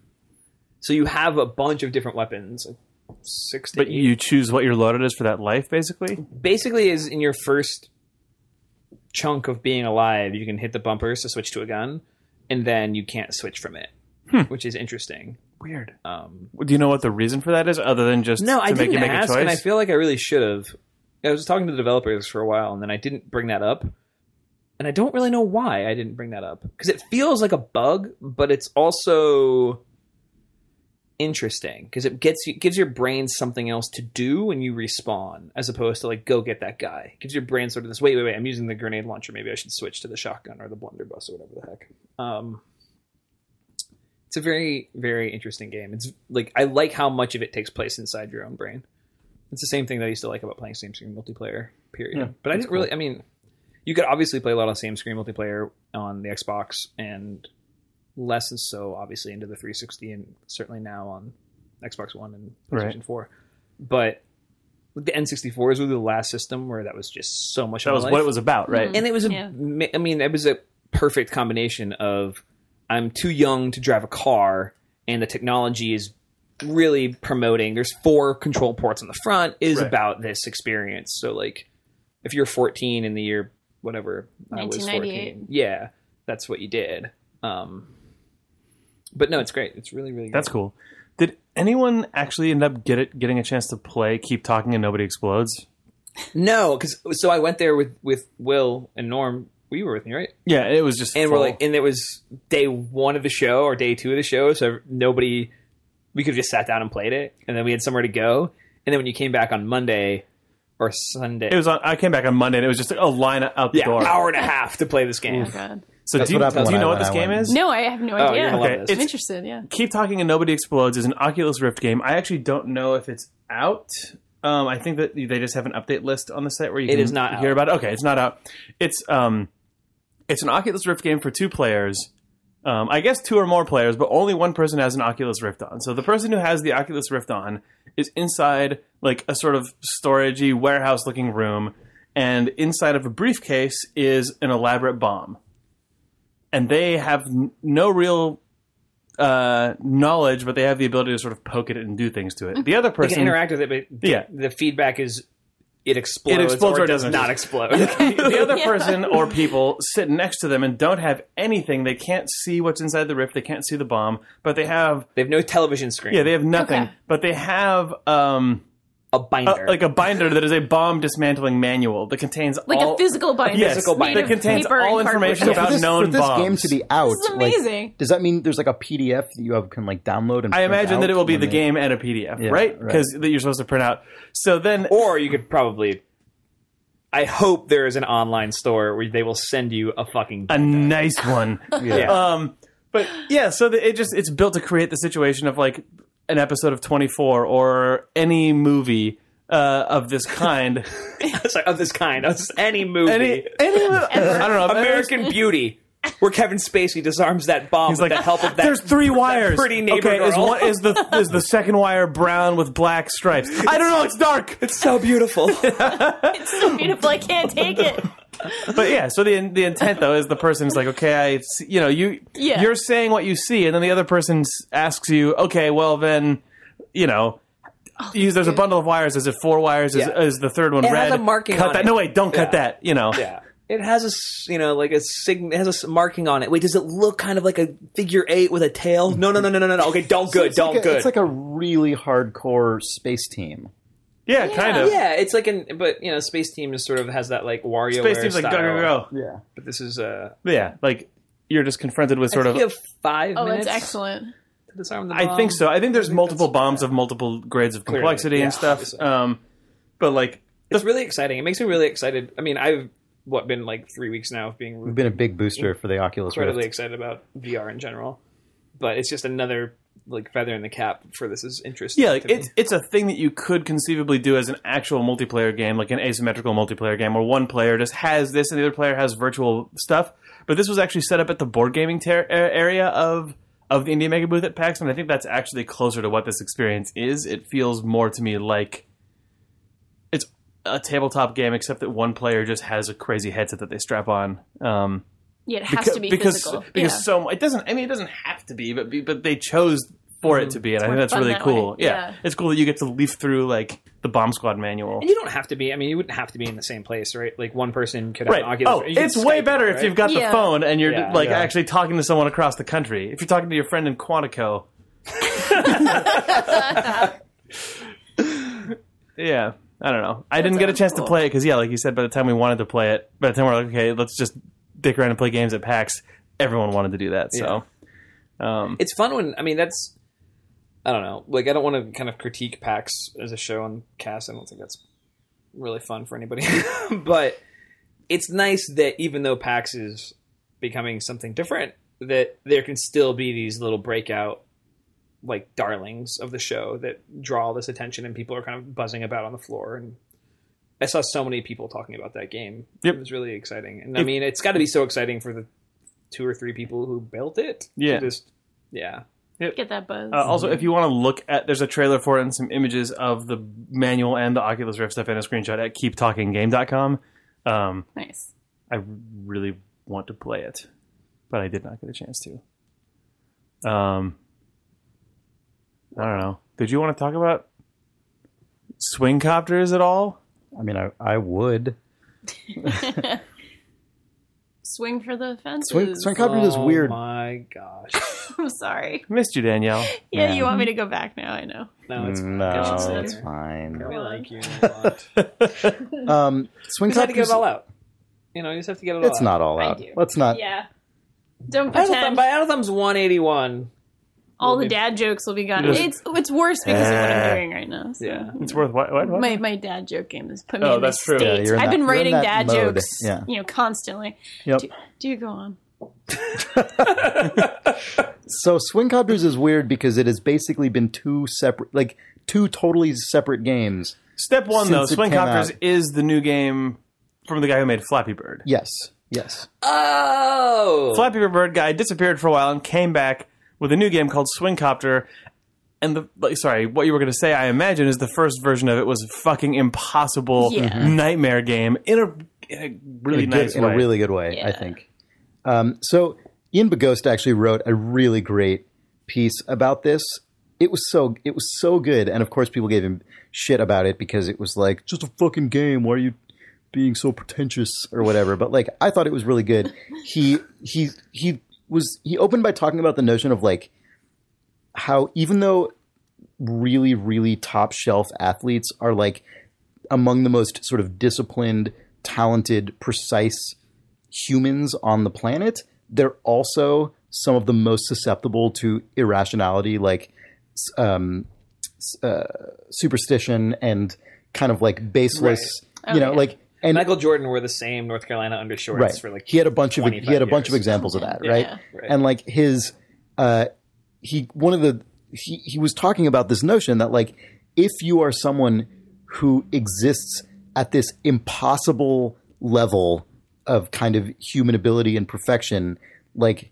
A: so you have a bunch of different weapons. like Six to
B: But
A: eight.
B: you choose what your loaded is for that life, basically.
A: basically is in your first chunk of being alive, you can hit the bumpers to switch to a gun, and then you can't switch from it,
F: Hmm.
A: which is interesting.
B: Weird.
A: Um,
B: Do you know what the reason for that is, other than just
A: no,
B: to
A: I
B: make
A: didn't
B: you make
A: ask,
B: a choice?
A: and I feel like I really should have. I was talking to the developers for a while, and then I didn't bring that up, and I don't really know why I didn't bring that up because it feels like a bug, but it's also interesting because it gets you gives your brain something else to do when you respawn as opposed to like go get that guy It gives your brain sort of this wait wait wait i'm using the grenade launcher maybe i should switch to the shotgun or the blunderbuss or whatever the heck um it's a very very interesting game it's like i like how much of it takes place inside your own brain it's the same thing that i used to like about playing same screen multiplayer period
B: Yeah,
A: but i didn't really i mean you could obviously play a lot of same screen multiplayer on the xbox and less and so obviously into the 360 and certainly now on Xbox One and PlayStation
B: Right.
A: 4. But the N64 is really the last system where that was just so much.
B: that
A: of
B: was
A: my
B: what
A: life. Mm-hmm.
B: it was about, right?
A: and it was. A,
D: Yeah.
A: ma- I mean, it was a perfect combination of I'm too young to drive a car, and the technology is really promoting. There's four control ports on the front. Is
B: Right.
A: about this experience. So like, if you're 14 in the year whatever I was
D: 1998.
A: 14, yeah, that's what you did. Um, but no, it's great. It's really really. Great.
B: That's cool. Did anyone actually end up get it, getting a chance to play Keep Talking and Nobody Explodes?
A: No, because so I went there with with Will and Norm. Well, you were with me, right?
B: Yeah, it was just
A: and
B: full.
A: we're like, and it was day one of the show or day two of the show, so nobody, we could have just sat down and played it, and then we had somewhere to go, and then when you came back on Monday or Sunday,
B: it was on. I came back on Monday, and it was just a line out the
A: yeah,
B: door.
A: hour and a half to play this game.
D: God.
B: So
F: That's
B: do you,
F: what happened
B: do you
F: when I
B: know what
F: went-
B: this
F: I
B: game
F: went.
B: is?
D: No, I have no
A: Oh, you're
D: idea.
A: gonna love
B: Okay,
A: this.
D: I'm
B: it's-
D: interested. Yeah.
B: Keep Talking and Nobody Explodes is an Oculus Rift game. I actually don't know if it's out. Um, I think that they just have an update list on the site where you
A: It
B: can
A: is not
B: hear
A: out.
B: about it. Okay, it's not out. It's um, it's an Oculus Rift game for two players. Um, I guess two or more players, but only one person has an Oculus Rift on. So the person who has the Oculus Rift on is inside like a sort of storagey warehouse looking room, and inside of a briefcase is an elaborate bomb. And they have n- no real uh, knowledge, but they have the ability to sort of poke at it and do things to it. The other
A: You can
B: person,
A: interact with it, but the,
B: Yeah.
A: the feedback is it explodes,
B: explodes
A: or
B: or
A: it does
B: doesn't.
A: not explode.
B: the other person or people sit next to them and don't have anything. They can't see what's inside the rift. They can't see the bomb, but they have
A: they have no television screen.
B: yeah, they have nothing.
D: Okay.
B: But they have um
A: a
B: a,
A: binder.
B: like a binder that is a bomb dismantling manual that contains
D: Like
B: all,
D: a physical binder.
B: yes,
D: Physical
A: binder.
B: that contains
D: paper
B: all
D: and cardboard.
B: information
F: So
B: about
F: for this,
B: known
F: for this
B: bombs.
F: game to be out,
D: This is
F: like,
D: amazing.
F: does that mean there's like a PDF that you have, can like download and
B: I
F: print
B: imagine that
F: out
B: it will be
F: when
B: the
F: they-
B: game and a PDF,
F: Yeah,
B: right?
F: right.
B: Because that you're supposed to print out. So then
A: or you could probably. I hope there is an online store where they will send you a fucking.
B: a nice one.
A: Yeah.
B: Um, but yeah, so the, it just it's built to create the situation of like an episode of 24 or any movie uh, of this kind.
A: Sorry, of this kind, of any movie,
B: any, any I don't know.
A: American Beauty, where Kevin Spacey disarms that bomb
B: He's
A: with
B: like,
A: the help of that.
B: there's three wires.
A: pretty neighbor
B: okay, is
A: girl.
B: one is the is the second wire brown with black stripes? I don't know. It's dark.
A: It's so beautiful.
D: It's so beautiful. I can't take it.
B: But yeah, so the the intent though is the person's like, okay, I, see- you know, you
D: Yeah.
B: you're saying what you see, and then the other person s- asks you, okay, well then, you know. Use, there's a bundle of wires. Is it four wires? Is,
A: Oh, Yeah.
B: is the third one
A: It
B: red?
A: has a marking
B: cut
A: on
B: that.
A: it.
B: No, wait, don't cut
A: Yeah.
B: that. You know,
A: yeah, it has a s- you know like a sign. It has a s- marking on it. Wait, does it look kind of like a figure eight with a tail? No, no, no, no, no, no. no. Okay, don't
F: So
A: good,
F: it's like
A: don't
F: a-
A: good.
F: It's like a really hardcore space team.
B: yeah, kind of.
A: yeah, it's like an but you know, Space Team is sort of has that like WarioWare
B: Space team's like go
A: style.
B: go go.
F: Yeah.
A: But this is uh,
B: Yeah, like you're just confronted with sort
A: I
B: of.
A: think you have five
D: Oh,
A: minutes
D: that's excellent.
A: to disarm the bomb.
B: I think so. I think there's multiple bombs of multiple grades of
A: Clearly.
B: complexity
A: Yeah,
B: and stuff.
A: obviously.
B: Um, but like
A: It's really exciting. It makes me really excited. I mean, I've what been like three weeks now of being
F: We've been a big booster for the Oculus Rift.
A: incredibly excited about VR in general, but it's just another like feather in the cap for this is interesting.
B: Yeah, like
A: to me.
B: it's it's a thing that you could conceivably do as an actual multiplayer game, like an asymmetrical multiplayer game, where one player just has this and the other player has virtual stuff. But this was actually set up at the board gaming ter- a- area of of the India Mega Booth at PAX, and I think that's actually closer to what this experience is. It feels more to me like it's a tabletop game, except that one player just has a crazy headset that they strap on. Um,
D: Yeah, it has
B: Beca-
D: to be
B: because
D: physical.
B: because
D: yeah.
B: so it doesn't. I mean, it doesn't have to be, but be- but they chose for
A: Mm-hmm.
B: it to be, and I think that's
D: fun
B: really
D: that
B: cool.
D: way.
B: Yeah.
D: Yeah.
B: it's cool that you get to leaf through like the Bomb Squad manual.
A: And you don't have to be. I mean, you wouldn't have to be in the same place, right? Like one person could have
B: Right.
A: an Oculus.
B: Oh,
A: or you could
B: it's way
A: Skype,
B: better if
A: right?
B: you've got the
D: Yeah.
B: phone and you're
A: Yeah.
B: like
A: Yeah.
B: actually talking to someone across the country. If you're talking to your friend in Quantico. yeah, I don't know. I didn't get a
D: sounds
B: chance to
D: cool.
B: play it because yeah, like you said, by the time we wanted to play it, by the time we're like, okay, let's just dick around and play games at PAX. Everyone wanted to do that, so. Um,
A: it's fun when I mean that's I don't know. Like I don't want to kind of critique PAX as a show on cast. I don't think that's really fun for anybody. but it's nice that even though PAX is becoming something different, that there can still be these little breakout like darlings of the show that draw all this attention and people are kind of buzzing about on the floor and I saw so many people talking about that game.
B: Yep.
A: It was really exciting. And I mean, it's got to be so exciting for the two or three people who built it. to
B: Yeah.
A: Just yeah.
D: get that buzz.
B: Uh, also, if you want to look at, there's a trailer for it and some images of the manual and the Oculus Rift stuff and a screenshot at keeptalkinggame.com. Um,
D: nice.
B: I really want to play it, but I did not get a chance to. Um, I don't know. Did you want to talk about swing copters at all?
F: I mean, I, I would.
D: Swing for the fences.
F: Swing, swing Copters is weird.
A: Oh my gosh.
D: I'm sorry.
B: Missed you, Danielle.
D: Yeah,
F: Man.
D: you want me to go back now? I know.
A: No, it's
F: Mm, no,
A: it's-
F: it's fine.
A: we like you a lot.
F: Um, swing
A: We had to get
F: Copters
A: it all out. You know, you just have to get it all.
F: It's not all
D: I
F: out.
D: do.
F: Let's not.
D: Yeah.
A: Out
D: Don't
A: of, thumb,
D: pretend
A: by out of thumb's 181.
D: all the dad jokes will be gone.
B: Just-
D: It's it's worse because of what I'm doing right now. So.
A: Yeah.
B: It's worth what? what, what?
D: My my dad joke game has put me
B: Oh,
D: in this
B: that's true. Yeah,
D: state.
F: you're in
D: I've
F: that-
D: been
F: you're in
D: writing
F: that
D: dad
F: mode.
D: jokes,
F: Yeah.
D: you know, constantly.
F: Yep.
D: Do, do you go on?
F: So Swingcopters is weird because it has basically been two separate, like two totally separate games.
B: Step one, though,
F: Since it came
B: Swingcopters
F: out.
B: is the new game from the guy who made Flappy Bird.
F: Yes. Yes.
A: Oh!
B: Flappy Bird guy disappeared for a while and came back with a new game called Swingcopter. And the like, sorry, what you were going to say, I imagine, is the first version of it was a fucking impossible
D: Yeah. Mhm.
B: nightmare game in a, in a really
F: Mm-hmm. in a good-
B: nice
F: in
B: way.
F: a really good way, I
D: Yeah.
F: think. Um, so Ian Bagost actually wrote a really great piece about this. It was so it was so good, and of course people gave him shit about it because it was like just a fucking game. Why are you being so pretentious or whatever? But like I thought it was really good. he he he was he opened by talking about the notion of like how even though really really top shelf athletes are like among the most sort of disciplined, talented, precise humans on the planet, they're also some of the most susceptible to irrationality, like s- um, s- uh, superstition and kind of like baseless, you know,
D: yeah.
F: like and
A: Michael Jordan wore the same North Carolina undershorts
F: right.
A: for like
F: he had a bunch of he had a
A: 25
F: bunch of
A: years.
F: examples of that, right?
D: Yeah.
A: Right.
F: And like his uh he one of the he he was talking about this notion that like if you are someone who exists at this impossible level of kind of human ability and perfection, like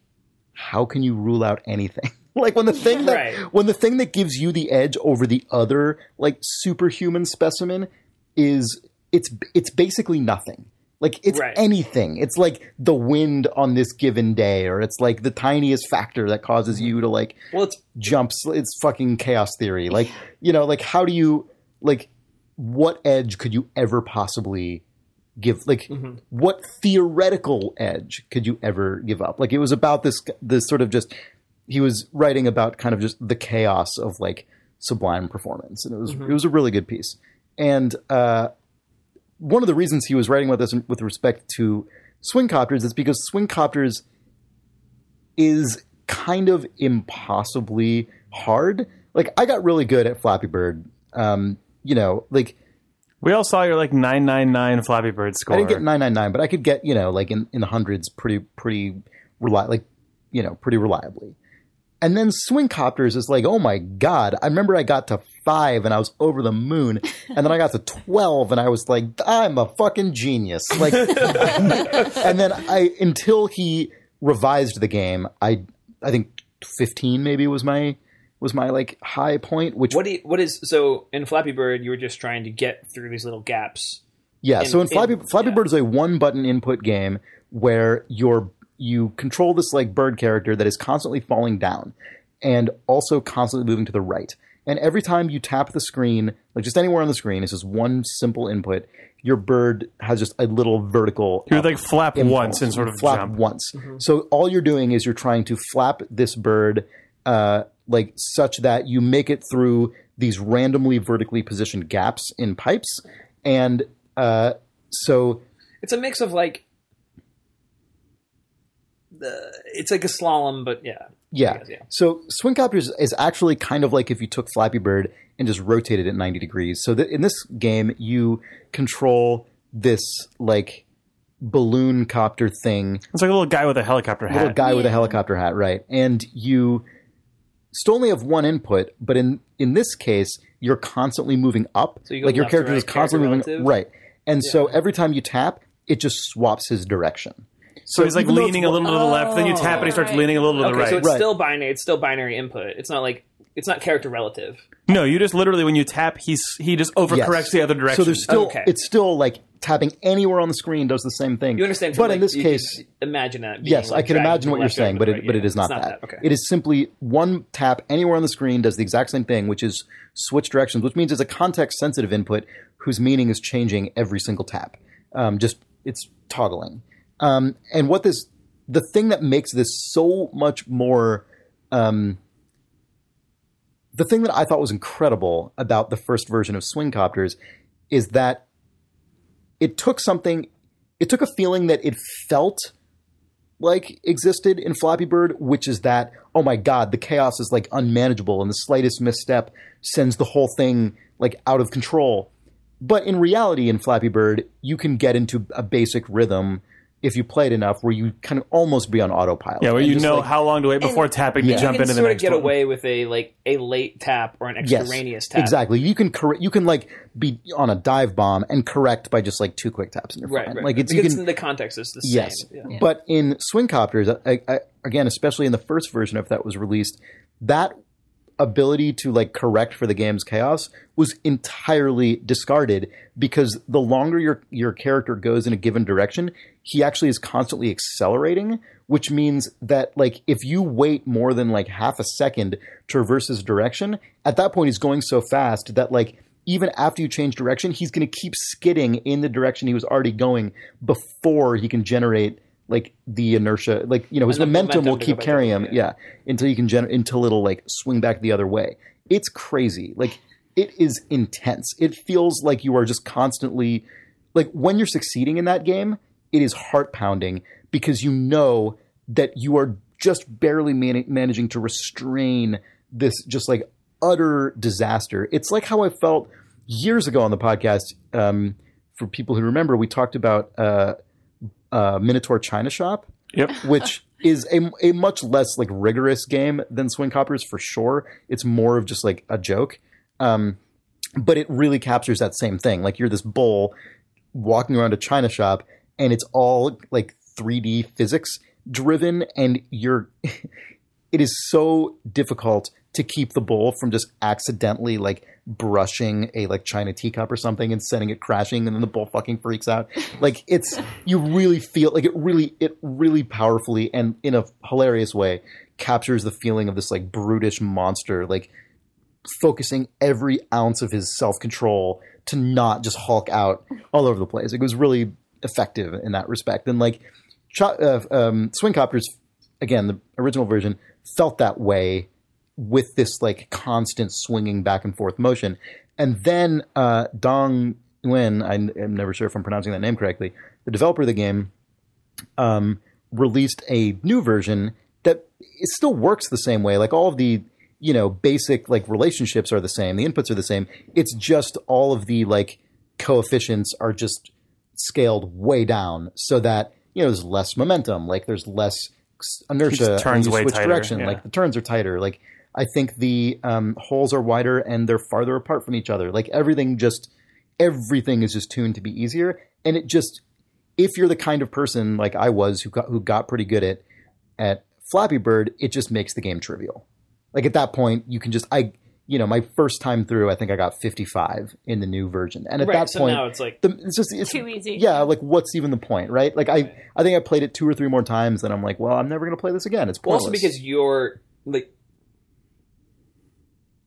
F: how can you rule out anything? like when the thing that
A: Right.
F: when the thing that gives you the edge over the other like superhuman specimen is it's it's basically nothing. Like it's
A: Right.
F: anything. It's like the wind on this given day or it's like the tiniest factor that causes you to like
A: Well, it's
F: jumps it's fucking chaos theory. Like, you know, like how do you like what edge could you ever possibly give like
A: Mm-hmm.
F: what theoretical edge could you ever give up like it was about this this sort of just he was writing about kind of just the chaos of like sublime performance and it was
A: Mm-hmm.
F: it was a really good piece and uh one of the reasons he was writing about this in- with respect to swingcopters is because swingcopters is kind of impossibly hard like i got really good at flappy bird um you know like
B: we all saw your like 999 Flappy Bird score.
F: I didn't get nine nine nine, but I could get you know like in, in the hundreds pretty pretty reli- like you know pretty reliably. And then swingcopters is like, oh my god! I remember I got to five and I was over the moon, and then I got to twelve and I was like, I'm a fucking genius. Like, and then I until he revised the game, I I think fifteen maybe was my was my like high point. Which
A: what do you, what is so in Flappy Bird you were just trying to get through these little gaps.
F: Yeah, so
A: in-
F: in Flappy
A: in-
F: Flappy
A: yeah.
F: Bird is a one button input game where you're you control this like bird character that is constantly falling down and also constantly moving to the right. And every time you tap the screen, like just anywhere on the screen, it's just one simple input. Your bird has just a little vertical
B: You
F: up
B: would like flap
F: impulse.
B: once and sort of
F: flap
B: jump. Mm-hmm.
F: once. So all you're doing is you're trying to flap this bird uh, like such that you make it through these randomly vertically positioned gaps in pipes, and uh, so
A: It's a mix of like the it's like a slalom, but yeah,
F: yeah.
A: Yeah, yeah.
F: So swingcopters is actually kind of like if you took Flappy Bird and just rotated it 90 degrees. So that in this game you control this like balloon copter thing
B: It's like a little guy with a helicopter hat.
F: little guy with a
D: Yeah.
F: helicopter hat, right? And you still only have one input, but in in this case, you're constantly moving up.
A: So you go
F: like your
A: left to
F: character
A: right,
F: is constantly
A: character
F: moving
A: relative.
F: right, and so every time you tap, it just swaps his direction.
B: so he's like
F: even though it's
B: leaning a little
A: Oh.
B: to the left, then you tap and he starts
D: Right.
B: leaning a little to the
A: okay,
B: right.
A: so it's
F: Right.
A: still binary. It's still binary input. It's not like it's not character relative.
B: no, you just literally when you tap, he's he just overcorrects
F: Yes.
B: the other direction.
F: So there's still
A: Okay.
F: it's still like tapping anywhere on the screen does the same thing.
A: You understand?
F: but
A: like,
F: in this
A: you
F: case,
A: could imagine that. being,
F: Yes,
A: like,
F: I can
A: dragged
F: imagine
A: from
F: what you're
A: left over
F: saying,
A: to
F: but
A: the
F: it,
A: right.
F: but it
A: Yeah,
F: is not,
A: it's
F: that.
A: Okay.
F: It is simply one tap anywhere on the screen does the exact same thing, which is switch directions, which means it's a context sensitive input whose meaning is changing every single tap. Um, just it's toggling. Um, and what this the thing that makes this so much more um, the thing that I thought was incredible about the first version of Swingcopters is that it took something it took a feeling that it felt like existed in Flappy Bird, which is that oh my god, the chaos is like unmanageable, and the slightest misstep sends the whole thing like out of control. But in reality, in Flappy Bird, you can get into a basic rhythm if you played enough, where you can almost be on autopilot.
B: Yeah, where
F: And
B: you
F: just,
B: know
F: like,
B: how long to wait before tapping
F: Yeah.
B: to
F: You
B: jump
A: you can
B: into the
A: sort of
B: next
A: get
B: one.
A: away with a like a late tap or an extraneous tap.
F: Exactly. You can correct. You can like be on a dive bomb and correct by just like two quick taps, and you're
A: Right,
F: fine.
A: right.
F: Like it's you
A: because
F: can.
A: the context is the
F: Yes,
A: same.
F: but in swingcopters, I, I, again, especially in the first version, if that was released, that ability to like correct for the game's chaos was entirely discarded because the longer your your character goes in a given direction, he actually is constantly accelerating, which means that like if you wait more than like half a second to reverse his direction, at that point he's going so fast that like even after you change direction, he's going to keep skidding in the direction he was already going before he can generate like the inertia, like you know, his
A: Enough momentum
F: momentum, will
A: to go
F: keep
A: back
F: carrying him.
A: up,
F: yeah, until you can generate until it'll like swing back the other way. It's crazy. Like it is intense. It feels like you are just constantly like when you're succeeding in that game, it is heart pounding because you know that you are just barely man- managing to restrain this just like utter disaster. It's like how I felt years ago on the podcast. Um, for people who remember, we talked about uh, uh, Minotaur China Shop,
B: Yep.
F: which is a, a much less like rigorous game than Swing Coppers for sure. It's more of just like a joke, um, but it really captures that same thing. Like you're this bull walking around a china shop, and it's all like 3D physics driven, and you're it is so difficult to keep the bowl from just accidentally like brushing a like china teacup or something and sending it crashing and then the bowl fucking freaks out like it's you really feel like it really it really powerfully and in a hilarious way captures the feeling of this like brutish monster like focusing every ounce of his self-control to not just hulk out all over the place it was really effective in that respect and like Cho- uh, um, swing copters again, the original version felt that way with this like constant swinging back and forth motion. And then uh, Dong Nguyen, I n- I'm never sure if I'm pronouncing that name correctly, the developer of the game, um, released a new version that it still works the same way. Like all of the you know basic like relationships are the same, the inputs are the same. It's just all of the like coefficients are just scaled way down so that you know there's less momentum, like there's less inertia,
B: just turns
F: and you
B: way
F: switch
B: tighter,
F: direction,
B: yeah.
F: like the turns are tighter, like. I think the um, holes are wider and they're farther apart from each other. Like everything just, everything is just tuned to be easier. And it just if you're the kind of person like I was who got, who got pretty good at at Flappy Bird, it just makes the game trivial. Like at that point, you can just I you know my first time through, I think I got 55 in the new version, and at
A: Right.
F: that
A: so
F: point,
A: now it's like
F: the, it's just it's
D: Too easy.
F: Yeah, like what's even the point, right? Like I I think I played it two or three more times, and I'm like, well, I'm never gonna play this again. It's
A: Well,
F: pointless.
A: also because your like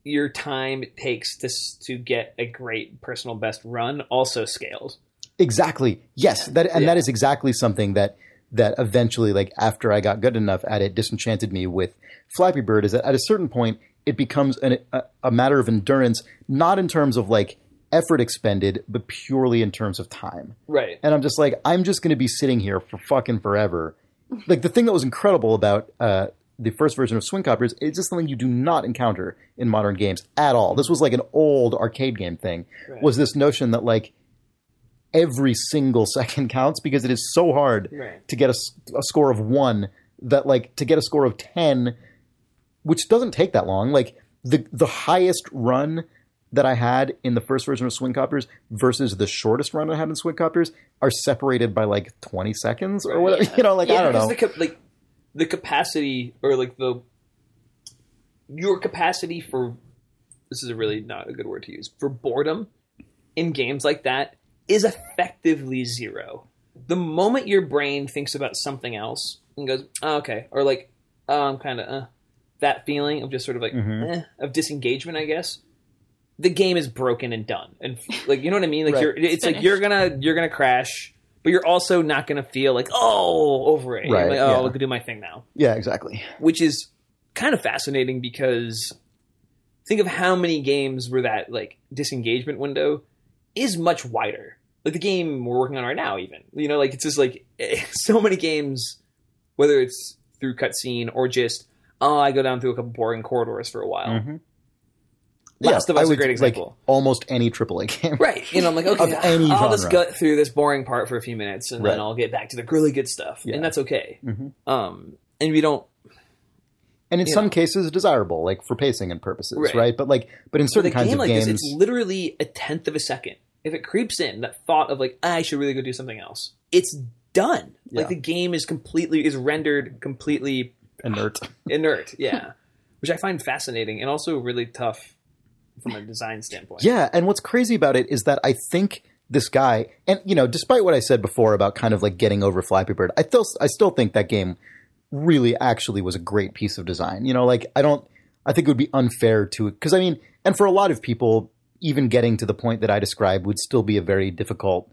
A: your time it takes to s- to get a great personal best run also scales.
F: Exactly. Yes, that and that
A: Yeah.
F: is exactly something that that eventually like after I got good enough at it disenchanted me with Flappy Bird is that at a certain point it becomes an, a, a matter of endurance not in terms of like effort expended but purely in terms of time.
A: Right.
F: And I'm just like, I'm just going to be sitting here for fucking forever. Like the thing that was incredible about uh, the first version of Swing Coppers is just something you do not encounter in modern games at all. This was like an old arcade game thing. Was this notion that like every single second counts because it is so hard
A: Right.
F: to get a, s- a score of one that like to get a score of ten, which doesn't take that long. Like the the highest run that I had in the first version of Swing Coppers versus the shortest run I had in Swing Coppers are separated by like 20 seconds or whatever. You know, like I don't
A: because
F: know.
A: The cap- like the capacity or like the your capacity for this is a really not a good word to use for boredom in games like that is effectively zero. The moment your brain thinks about something else and goes, oh, "Okay," or like, oh, "I'm kind of uh, that feeling of just sort of like
F: Mm-hmm.
A: eh, of disengagement," I guess. The game is broken and done, and like you know what I mean. Like
F: Right.
A: you're, it's like you're gonna you're gonna crash, but you're also not gonna feel like oh over it. You're
F: Right,
A: Like oh,
F: yeah.
A: I can do my thing now
F: yeah, exactly.
A: which is kind of fascinating because think of how many games where that like disengagement window is much wider. like the game we're working on right now even you know like it's just like so many games whether it's through cutscene or just oh i go down through a couple boring corridors for a while last
F: Mm-hmm. Yeah,
A: of us
F: I
A: is a
F: would,
A: great
F: like,
A: example
F: almost any AAA game.
A: right you know i'm like okay
F: Of any
A: i'll just
F: genre.
A: gut through this boring part for a few minutes and
F: Right.
A: then i'll get back to the really good stuff
F: Yeah.
A: and that's okay
F: Mhm.
A: um and we don't
F: And in
A: Yeah.
F: some cases, desirable, like for pacing and purposes,
A: Right.
F: right? But like, but in certain
A: with a
F: kinds
A: game
F: of
A: like
F: games,
A: this, it's literally a tenth of a second. If it creeps in, that thought of like "Ah, I should really go do something else, it's done.
F: Yeah.
A: Like the game is completely is rendered completely
F: inert.
A: inert. Yeah, which I find fascinating and also really tough from a design standpoint.
F: Yeah, and what's crazy about it is that I think this guy, and you know, despite what I said before about kind of like getting over Flappy Bird, I still I still think that game really actually was a great piece of design. You know, like I don't, I think it would be unfair to because I mean, and for a lot of people, even getting to the point that I described would still be a very difficult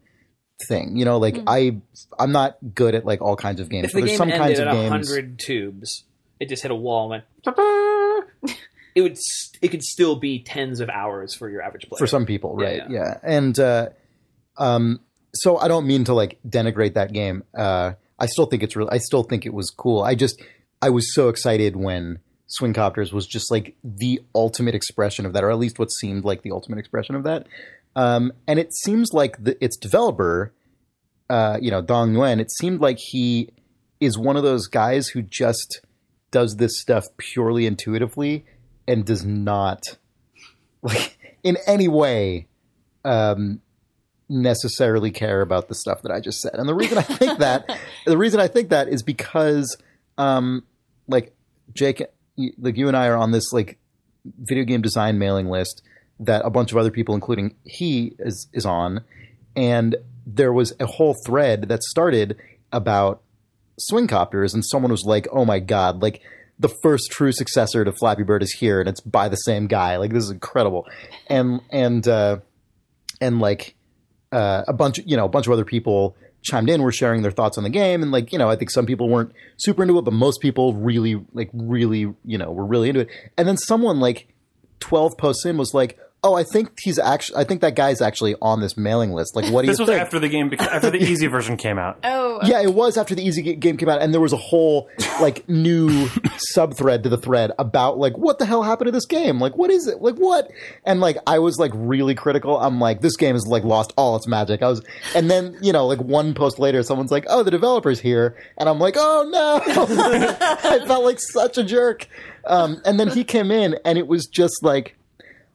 F: thing. You know, like I I'm not good at like all kinds of
A: Hmm.
F: games.
A: if
F: So
A: the
F: there's
A: game
F: some
A: ended
F: kinds
A: at
F: of
A: a
F: games.
A: hundred tubes, it just hit a wall and went.
D: Oh,
A: "Ta-da!" it would s- it could still be tens of hours for your average player.
F: for some people, right?
A: Yeah,
F: Yeah, and uh, um, so I don't mean to like denigrate that game. Uh, I still think it's really, I still think it was cool. I just, I was so excited when Swingcopters was just like the ultimate expression of that, or at least what seemed like the ultimate expression of that. Um, and it seems like the, its developer, uh, you know, Dong Nguyen, it seemed like he is one of those guys who just does this stuff purely intuitively and does not like in any way um, necessarily care about the stuff that I just said. And the reason I think that the reason I think that is because um, like Jake, y- like you and I are on this like video game design mailing list that a bunch of other people, including he, is is on, and there was a whole thread that started about swing copters, and someone was like, "Oh my god!" Like the first true successor to Flappy Bird is here, and it's by the same guy. Like this is incredible, and and uh, and like uh, a bunch, you know, a bunch of other people chimed in, were sharing their thoughts on the game, and like you know, I think some people weren't super into it, but most people really, like, really, you know, were really into it. And then someone like twelve posts in was like, "Oh, I think he's actually, I think that guy's actually on this mailing list. Like, what do
B: This
F: you
B: was
F: think?"
B: after the game, beca- after the easy version came out.
D: Oh,
F: yeah, it was after the easy G- game came out, and there was a whole like new sub thread to the thread about like what the hell happened to this game? Like, what is it? Like, what? And like, I was like really critical. I'm like, this game has like lost all its magic. I was, and then you know, like one post later, someone's like, oh, the developer's here, and I'm like, oh no, I felt like such a jerk. Um, and then he came in, and it was just like.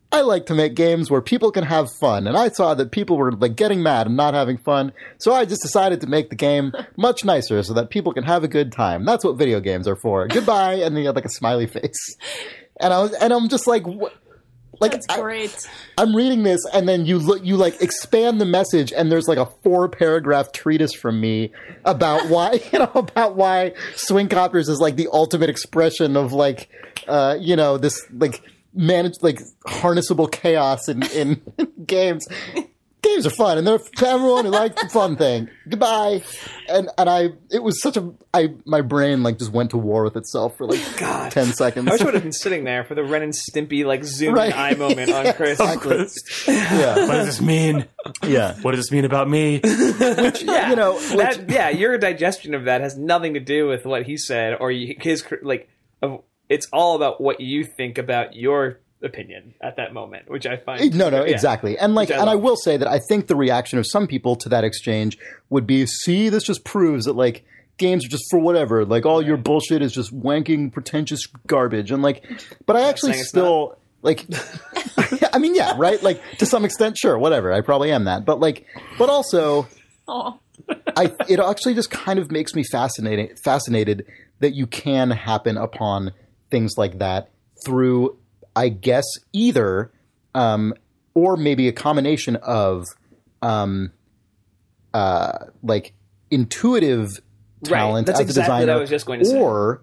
F: I like to make games where people can have fun, and I saw that people were like getting mad and not having fun, so I just decided to make the game much nicer so that people can have a good time. That's what video games are for. Goodbye, and then you had like a smiley face, and I was, and I'm just like, what? like
D: that's
F: I,
D: great.
F: I'm reading this, and then you look, you like expand the message, and there's like a four paragraph treatise from me about why, you know, about why swingcopters is like the ultimate expression of like, uh, you know, this like manage like harnessable chaos in in games. Games are fun, and they're for everyone who likes the fun thing. Goodbye, and and I, it was such a, I my brain like just went to war with itself for like ten seconds.
A: I wish I would have been sitting there for the Ren and Stimpy like zoom
F: Right.
A: and eye moment on Chris.
B: What does this mean?
F: yeah,
B: What does this mean about me?
A: yeah.
F: you know, which-
A: that, yeah, your digestion of that has nothing to do with what he said or you, his cr- like. Of, it's all about what you think about your opinion at that moment, which I find
F: No, no,
A: yeah.
F: exactly. And like,
A: Which I
F: and I
A: love.
F: will say that I think the reaction of some people to that exchange would be, "See, this just proves that like games are just for whatever. Like all your bullshit is just wanking, pretentious garbage." And like, but I actually
A: saying it's
F: still like, I mean, yeah, right. Like to some extent, sure, whatever. I probably am that, but like, but also.
D: Oh,
F: I it actually just kind of makes me fascinated fascinated that you can happen upon things like that through I guess either um, or maybe a combination of um, uh, like intuitive
A: Right,
F: talent
A: That's
F: as
A: exactly
F: a designer
A: what I was just going to say.
F: or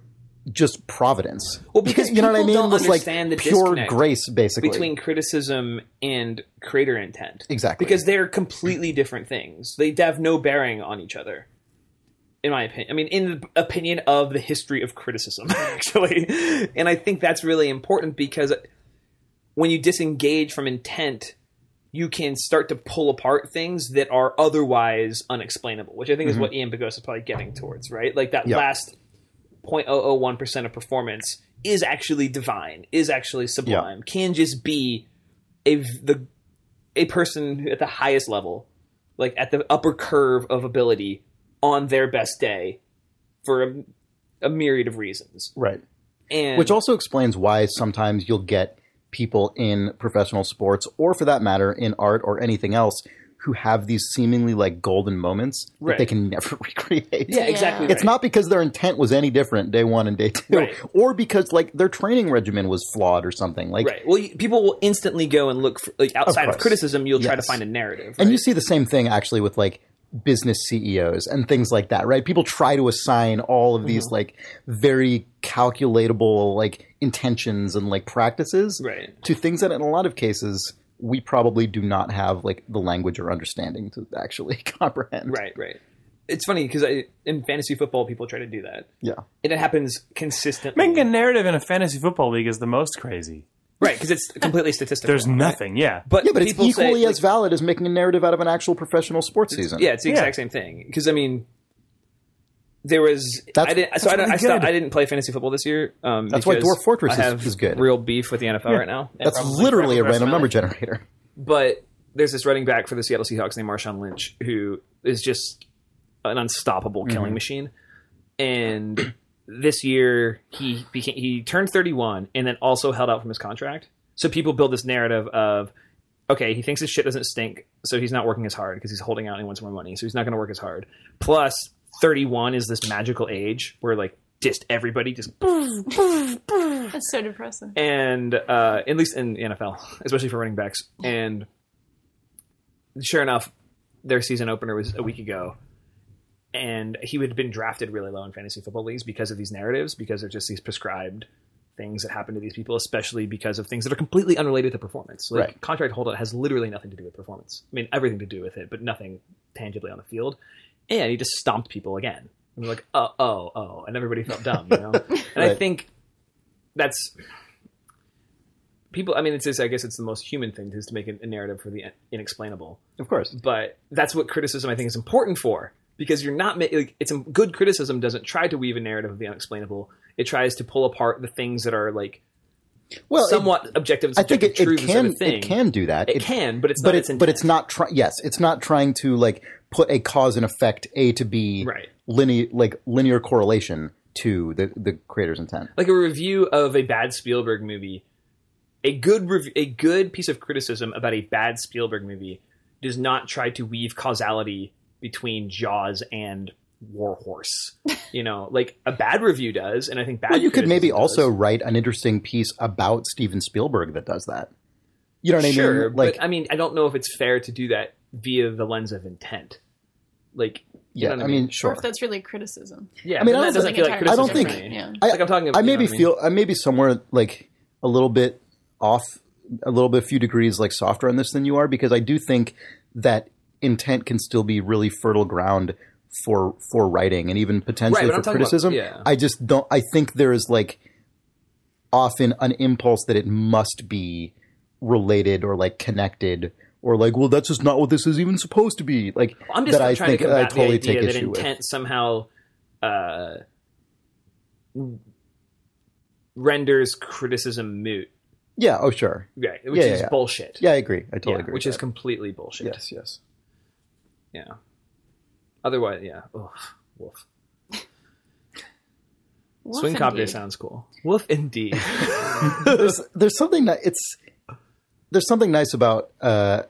F: just providence.
A: Well, because
F: you know what I
A: people don't
F: mean? This like
A: understand the
F: pure
A: disconnect
F: grace basically.
A: between criticism and creator intent,
F: exactly.
A: because they're completely different things. They have no bearing on each other. In my opinion, I mean, in the opinion of the history of criticism, actually, and I think that's really important because when you disengage from intent, you can start to pull apart things that are otherwise unexplainable, which I think is what Ian Bagos is probably getting towards, right? Like that
F: Yep.
A: last 0.001% of performance is actually divine, is actually sublime, can just be a v- the a person at the highest level, like at the upper curve of ability on their best day for a, a myriad of reasons.
F: Right.
A: And
F: Which also explains why sometimes you'll get people in professional sports, or for that matter, in art or anything else, who have these seemingly like golden moments that they
A: Right.
F: can never recreate.
A: yeah, exactly.
F: It's
A: right.
F: not because their intent was any different day one and day two,
A: Right.
F: or because like their training regimen was flawed or something. Like,
A: right. Well, you, people will instantly go and look for, like, outside of,
F: course.
A: criticism. You'll try to
F: Yes.
A: find a narrative,
F: and
A: right?
F: you see the same thing actually with like business CEOs and things like that, right? People try to assign all of
A: Mm-hmm.
F: these like very calculatable like intentions and like practices
A: Right.
F: to things that in a lot of cases we probably do not have like the language or understanding to actually comprehend.
A: right, right. It's funny because in fantasy football, people try to do that,
F: Yeah.
A: and it happens consistently.
B: Making a narrative in a fantasy football league is the most crazy.
A: Right, because it's completely statistical.
B: There's nothing. Yeah.
A: but
F: Yeah, but it's
A: people say,
F: equally
A: like,
F: as valid as making a narrative out of an actual professional sports season.
A: Yeah, it's the
B: Yeah.
A: exact same thing. Because I mean, there was
F: That's-
A: I didn't so I, don't-
B: really
A: I, stopped,
B: good.
A: I didn't play fantasy football this year. Um,
F: That's why
A: because
F: Dwarf Fortress
A: I
F: is-
A: have
F: is good.
A: Real beef with the NFL right now.
F: That's literally a random number generator.
A: but there's this running back for the Seattle Seahawks named Marshawn Lynch who is just an unstoppable killing machine. And this year he became he turned 31 and then also held out from his contract. So people build this narrative of okay, he thinks his shit doesn't stink, so he's not working as hard because he's holding out and he wants more money, so he's not going to work as hard. Plus 31 is this magical age where like just everybody just
D: That's so depressing.
A: and uh, at least in the NFL, especially for running backs. And sure enough, their season opener was a week ago, and he would have been drafted really low in fantasy football leagues because of these narratives, because they're just these prescribed things that happen to these people, especially because of things that are completely unrelated to performance. Like
F: Right.
A: contract holdout has literally nothing to do with performance. I mean, everything to do with it, but nothing tangibly on the field. And he just stomped people again. And we're like, oh, oh, oh, and everybody felt dumb, you know. and I
F: Right.
A: think that's people i mean it's just i guess it's the most human thing is to make a, a narrative for the inexplainable
F: Of course.
A: but that's what criticism i think is important for because you're not ma- like, it's good criticism doesn't try to weave a narrative of the unexplainable it tries to pull apart the things that are like
F: Well, it-
A: somewhat objective and
F: I think
A: subjective
F: it, it
A: truths of
F: can
A: a thing
F: it can do that.
A: It can, but it's
F: but
A: not
F: it's
A: its
F: but it's not try- yes, it's not trying to like put a cause and effect A to B
A: Right.
F: linear like linear correlation to the the creator's intent.
A: like a review of a bad Spielberg movie. A good rev- a good piece of criticism about a bad Spielberg movie does not try to weave causality between Jaws and Warhorse. You know, like a bad review does, and I think bad.
F: Well, you could maybe
A: criticism
F: also
A: does.
F: write an interesting piece about Steven Spielberg that does that. You know what I
A: sure,
F: mean? Like
A: but I mean, I don't know if it's fair to do that via the lens of intent. Like, you
F: yeah,
A: know what
F: I mean,
D: Or
F: sure.
D: if that's really criticism.
A: yeah,
F: I mean,
A: then
F: I
A: that
F: don't
A: doesn't
D: think-
A: feel like
D: I
A: criticism
D: don't
F: think-
A: for me.
D: Yeah.
F: I,
A: Like I'm talking about,
F: I
A: you know
F: maybe
A: what I mean?
F: feel I maybe somewhere like a little bit off, a little bit, a few degrees like softer on this than you are because I do think that intent can still be really fertile ground for for writing and even potentially
A: Right, but I'm
F: for
A: talking about-
F: criticism.
A: yeah.
F: I just don't. I think there is like often an impulse that it must be related or like connected. Or like, well, that's just not what this is even supposed to be. Like,
A: I'm just
F: that I
A: trying
F: think
A: to
F: I
A: combat
F: totally
A: the idea
F: take
A: that
F: issue with.
A: intent somehow uh, renders criticism moot,
F: Yeah. Oh, sure.
A: right? Which
F: Yeah, yeah,
A: is
F: yeah.
A: bullshit.
F: Yeah, I agree. I totally
A: Yeah,
F: agree.
A: which
F: with
A: is completely bullshit.
F: that. yes, yes.
A: Yeah. Otherwise, yeah. Ugh, wolf.
D: Wolf
A: Swing copter
D: indeed.
A: sounds cool. Wolf indeed.
F: there's there's something that it's there's something nice about uh,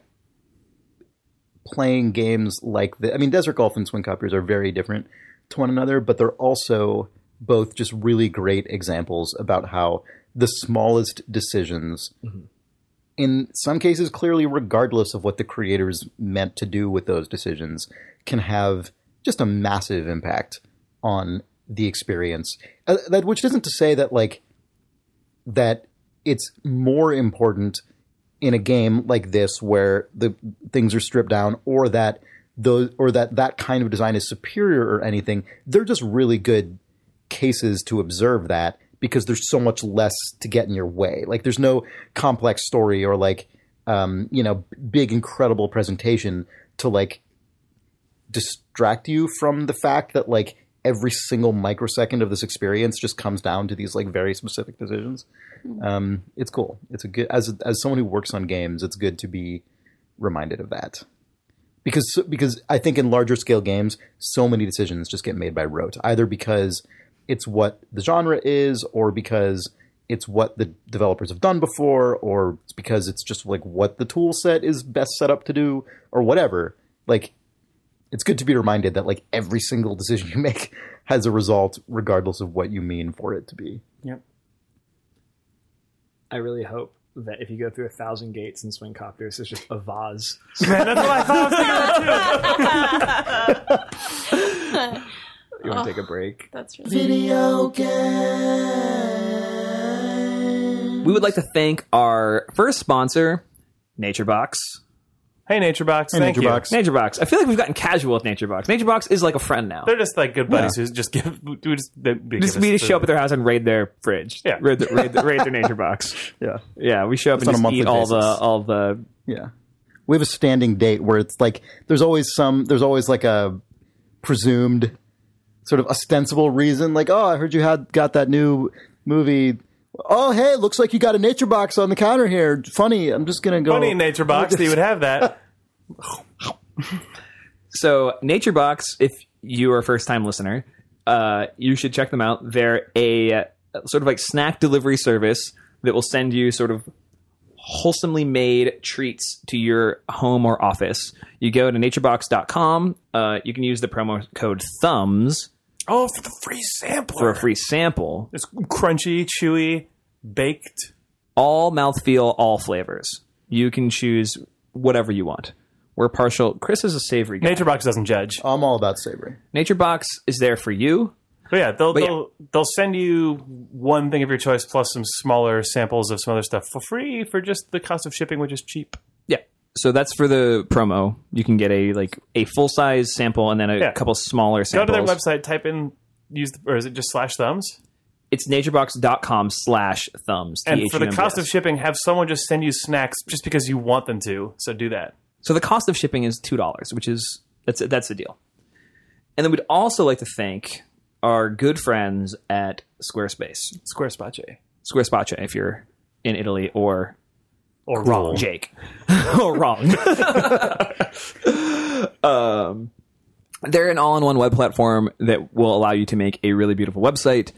F: playing games like the. I mean, Desert Golf and Swing Coppers are very different to one another, but they're also both just really great examples about how the smallest decisions, in some cases, clearly regardless of what the creators meant to do with those decisions, can have just a massive impact on the experience. Uh, that which isn't to say that like that it's more important in a game like this where the things are stripped down or that those or that that kind of design is superior or anything they're just really good cases to observe that because there's so much less to get in your way like there's no complex story or like um, you know, b- big incredible presentation to like distract you from the fact that like every single microsecond of this experience just comes down to these like very specific decisions. Um, it's cool. It's a good as as someone who works on games, it's good to be reminded of that. Because because I think in larger scale games, so many decisions just get made by rote, either because it's what the genre is or because it's what the developers have done before or it's because it's just like what the tool set is best set up to do or whatever. Like it's good to be reminded that like every single decision you make has a result regardless of what you mean for it to be.
H: I really hope that if you go through a thousand gates and swing copters, there's just a vase.
B: That's what I thought.
H: You want to take a break?
D: That's really
I: Video game.
A: We would like to thank our first sponsor, NatureBox.
B: Hey, NatureBox. thank you.
F: NatureBox.
A: NatureBox. I feel like we've gotten casual with NatureBox. NatureBox is like a friend now.
B: They're just like good buddies who just give. We just they, they
A: just
B: give
A: we
B: us
A: just show up
B: food.
A: at their house and raid their fridge.
B: Yeah.
A: raid, the, raid, the, raid their nature box.
F: Yeah.
A: Yeah, we show up
F: It's
A: and
F: on a
A: just eat
F: monthly
A: all the
F: basis.
A: all the.
F: Yeah. We have a standing date where it's like there's always some there's always like a presumed sort of ostensible reason like oh I heard you had got that new movie oh hey looks like you got a nature box on the counter here funny I'm just going to go
B: Funny nature box that you would have that.
A: So NatureBox, if you are a first time listener, uh, you should check them out. They're a uh, sort of like snack delivery service that will send you sort of wholesomely made treats to your home or office. You go to naturebox.com. Uh, you can use the promo code thumbs
B: Oh, for the free sampler.
A: for a free sample.
B: It's crunchy, chewy, baked.
A: all mouthfeel, all flavors. You can choose whatever you want. We're partial. Chris is a savory guy.
B: Nature box doesn't judge.
F: I'm all about savory.
A: Nature Box is there for you.
B: But yeah, they'll
A: yeah.
B: they'll, they'll send you one thing of your choice plus some smaller samples of some other stuff for free for just the cost of shipping, which is cheap.
A: Yeah. So that's for the promo. You can get a like a full size sample and then a
B: Yeah.
A: couple smaller samples.
B: Go to their website, type in use the, or is it just slash thumbs?
A: It's naturebox.com slash thumbs.
B: And for the cost of
A: THUMBS.
B: shipping, have someone just send you snacks just because you want them to. So do that.
A: So the cost of shipping is two dollars, which is that's that's the deal. And then we'd also like to thank our good friends at Squarespace.
B: Square Space
A: Squarespace if you're in Italy or
B: or
A: wrong,
B: roll.
A: Jake. or wrong. um, they're an all-in-one web platform that will allow you to make a really beautiful website.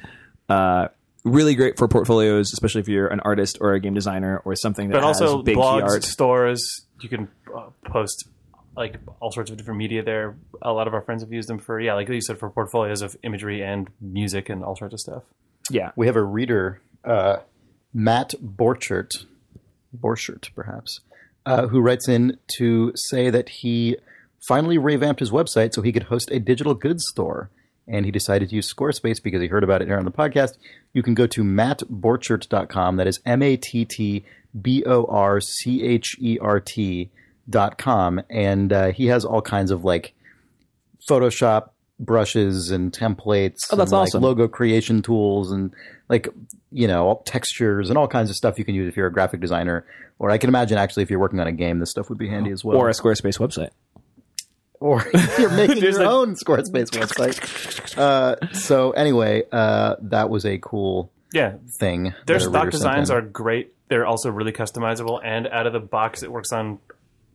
A: Uh, really great for portfolios, especially if you're an artist or a game designer or something that
B: But
A: has
B: also
A: big key
B: blogs,
A: art.
B: stores. You can uh, post like all sorts of different media there. A lot of our friends have used them for yeah, like you said, for portfolios of imagery and music and all sorts of stuff.
A: Yeah,
F: We have a reader, uh, Matt Borchert, Borchert perhaps, uh, who writes in to say that he finally revamped his website so he could host a digital goods store. And he decided to use Squarespace because he heard about it here on the podcast. You can go to mattborchert.com. That is M A T T B O R C H E R T.com. And uh, he has all kinds of like Photoshop brushes and templates.
A: Oh, that's
F: and, like,
A: awesome.
F: logo creation tools and like you know all textures and all kinds of stuff you can use if you're a graphic designer. Or I can imagine actually if you're working on a game, this stuff would be handy as well.
A: or a Squarespace website.
F: Or if you're making your own Squarespace website. Uh, so anyway, uh, that was a cool
B: Yeah,
F: thing.
B: Their
F: that a
B: stock
F: reader sent
B: designs
F: in.
B: are great. They're also really customizable and out of the box. It works on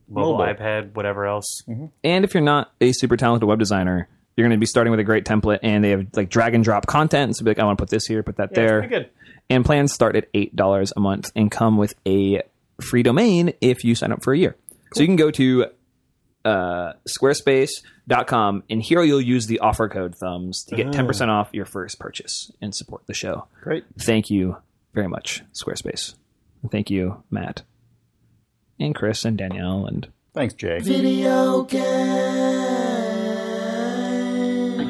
B: mobile,
F: Mobile.
B: iPad, whatever else.
A: And if you're not a super talented web designer, you're going to be starting with a great template, and they have like drag and drop content. So be like, I want to put this here, put that
B: It's
A: there.
B: pretty good.
A: And plans start at $8 a month and come with a free domain if you sign up for a year. So you can go to uh, squarespace.com and here you'll use the offer code thumbs to get 10% off your first purchase and support the show.
F: great.
A: Thank you very much, Squarespace. And Thank you, Matt and Chris and Danielle. And
F: Thanks, Jay.
I: Video game.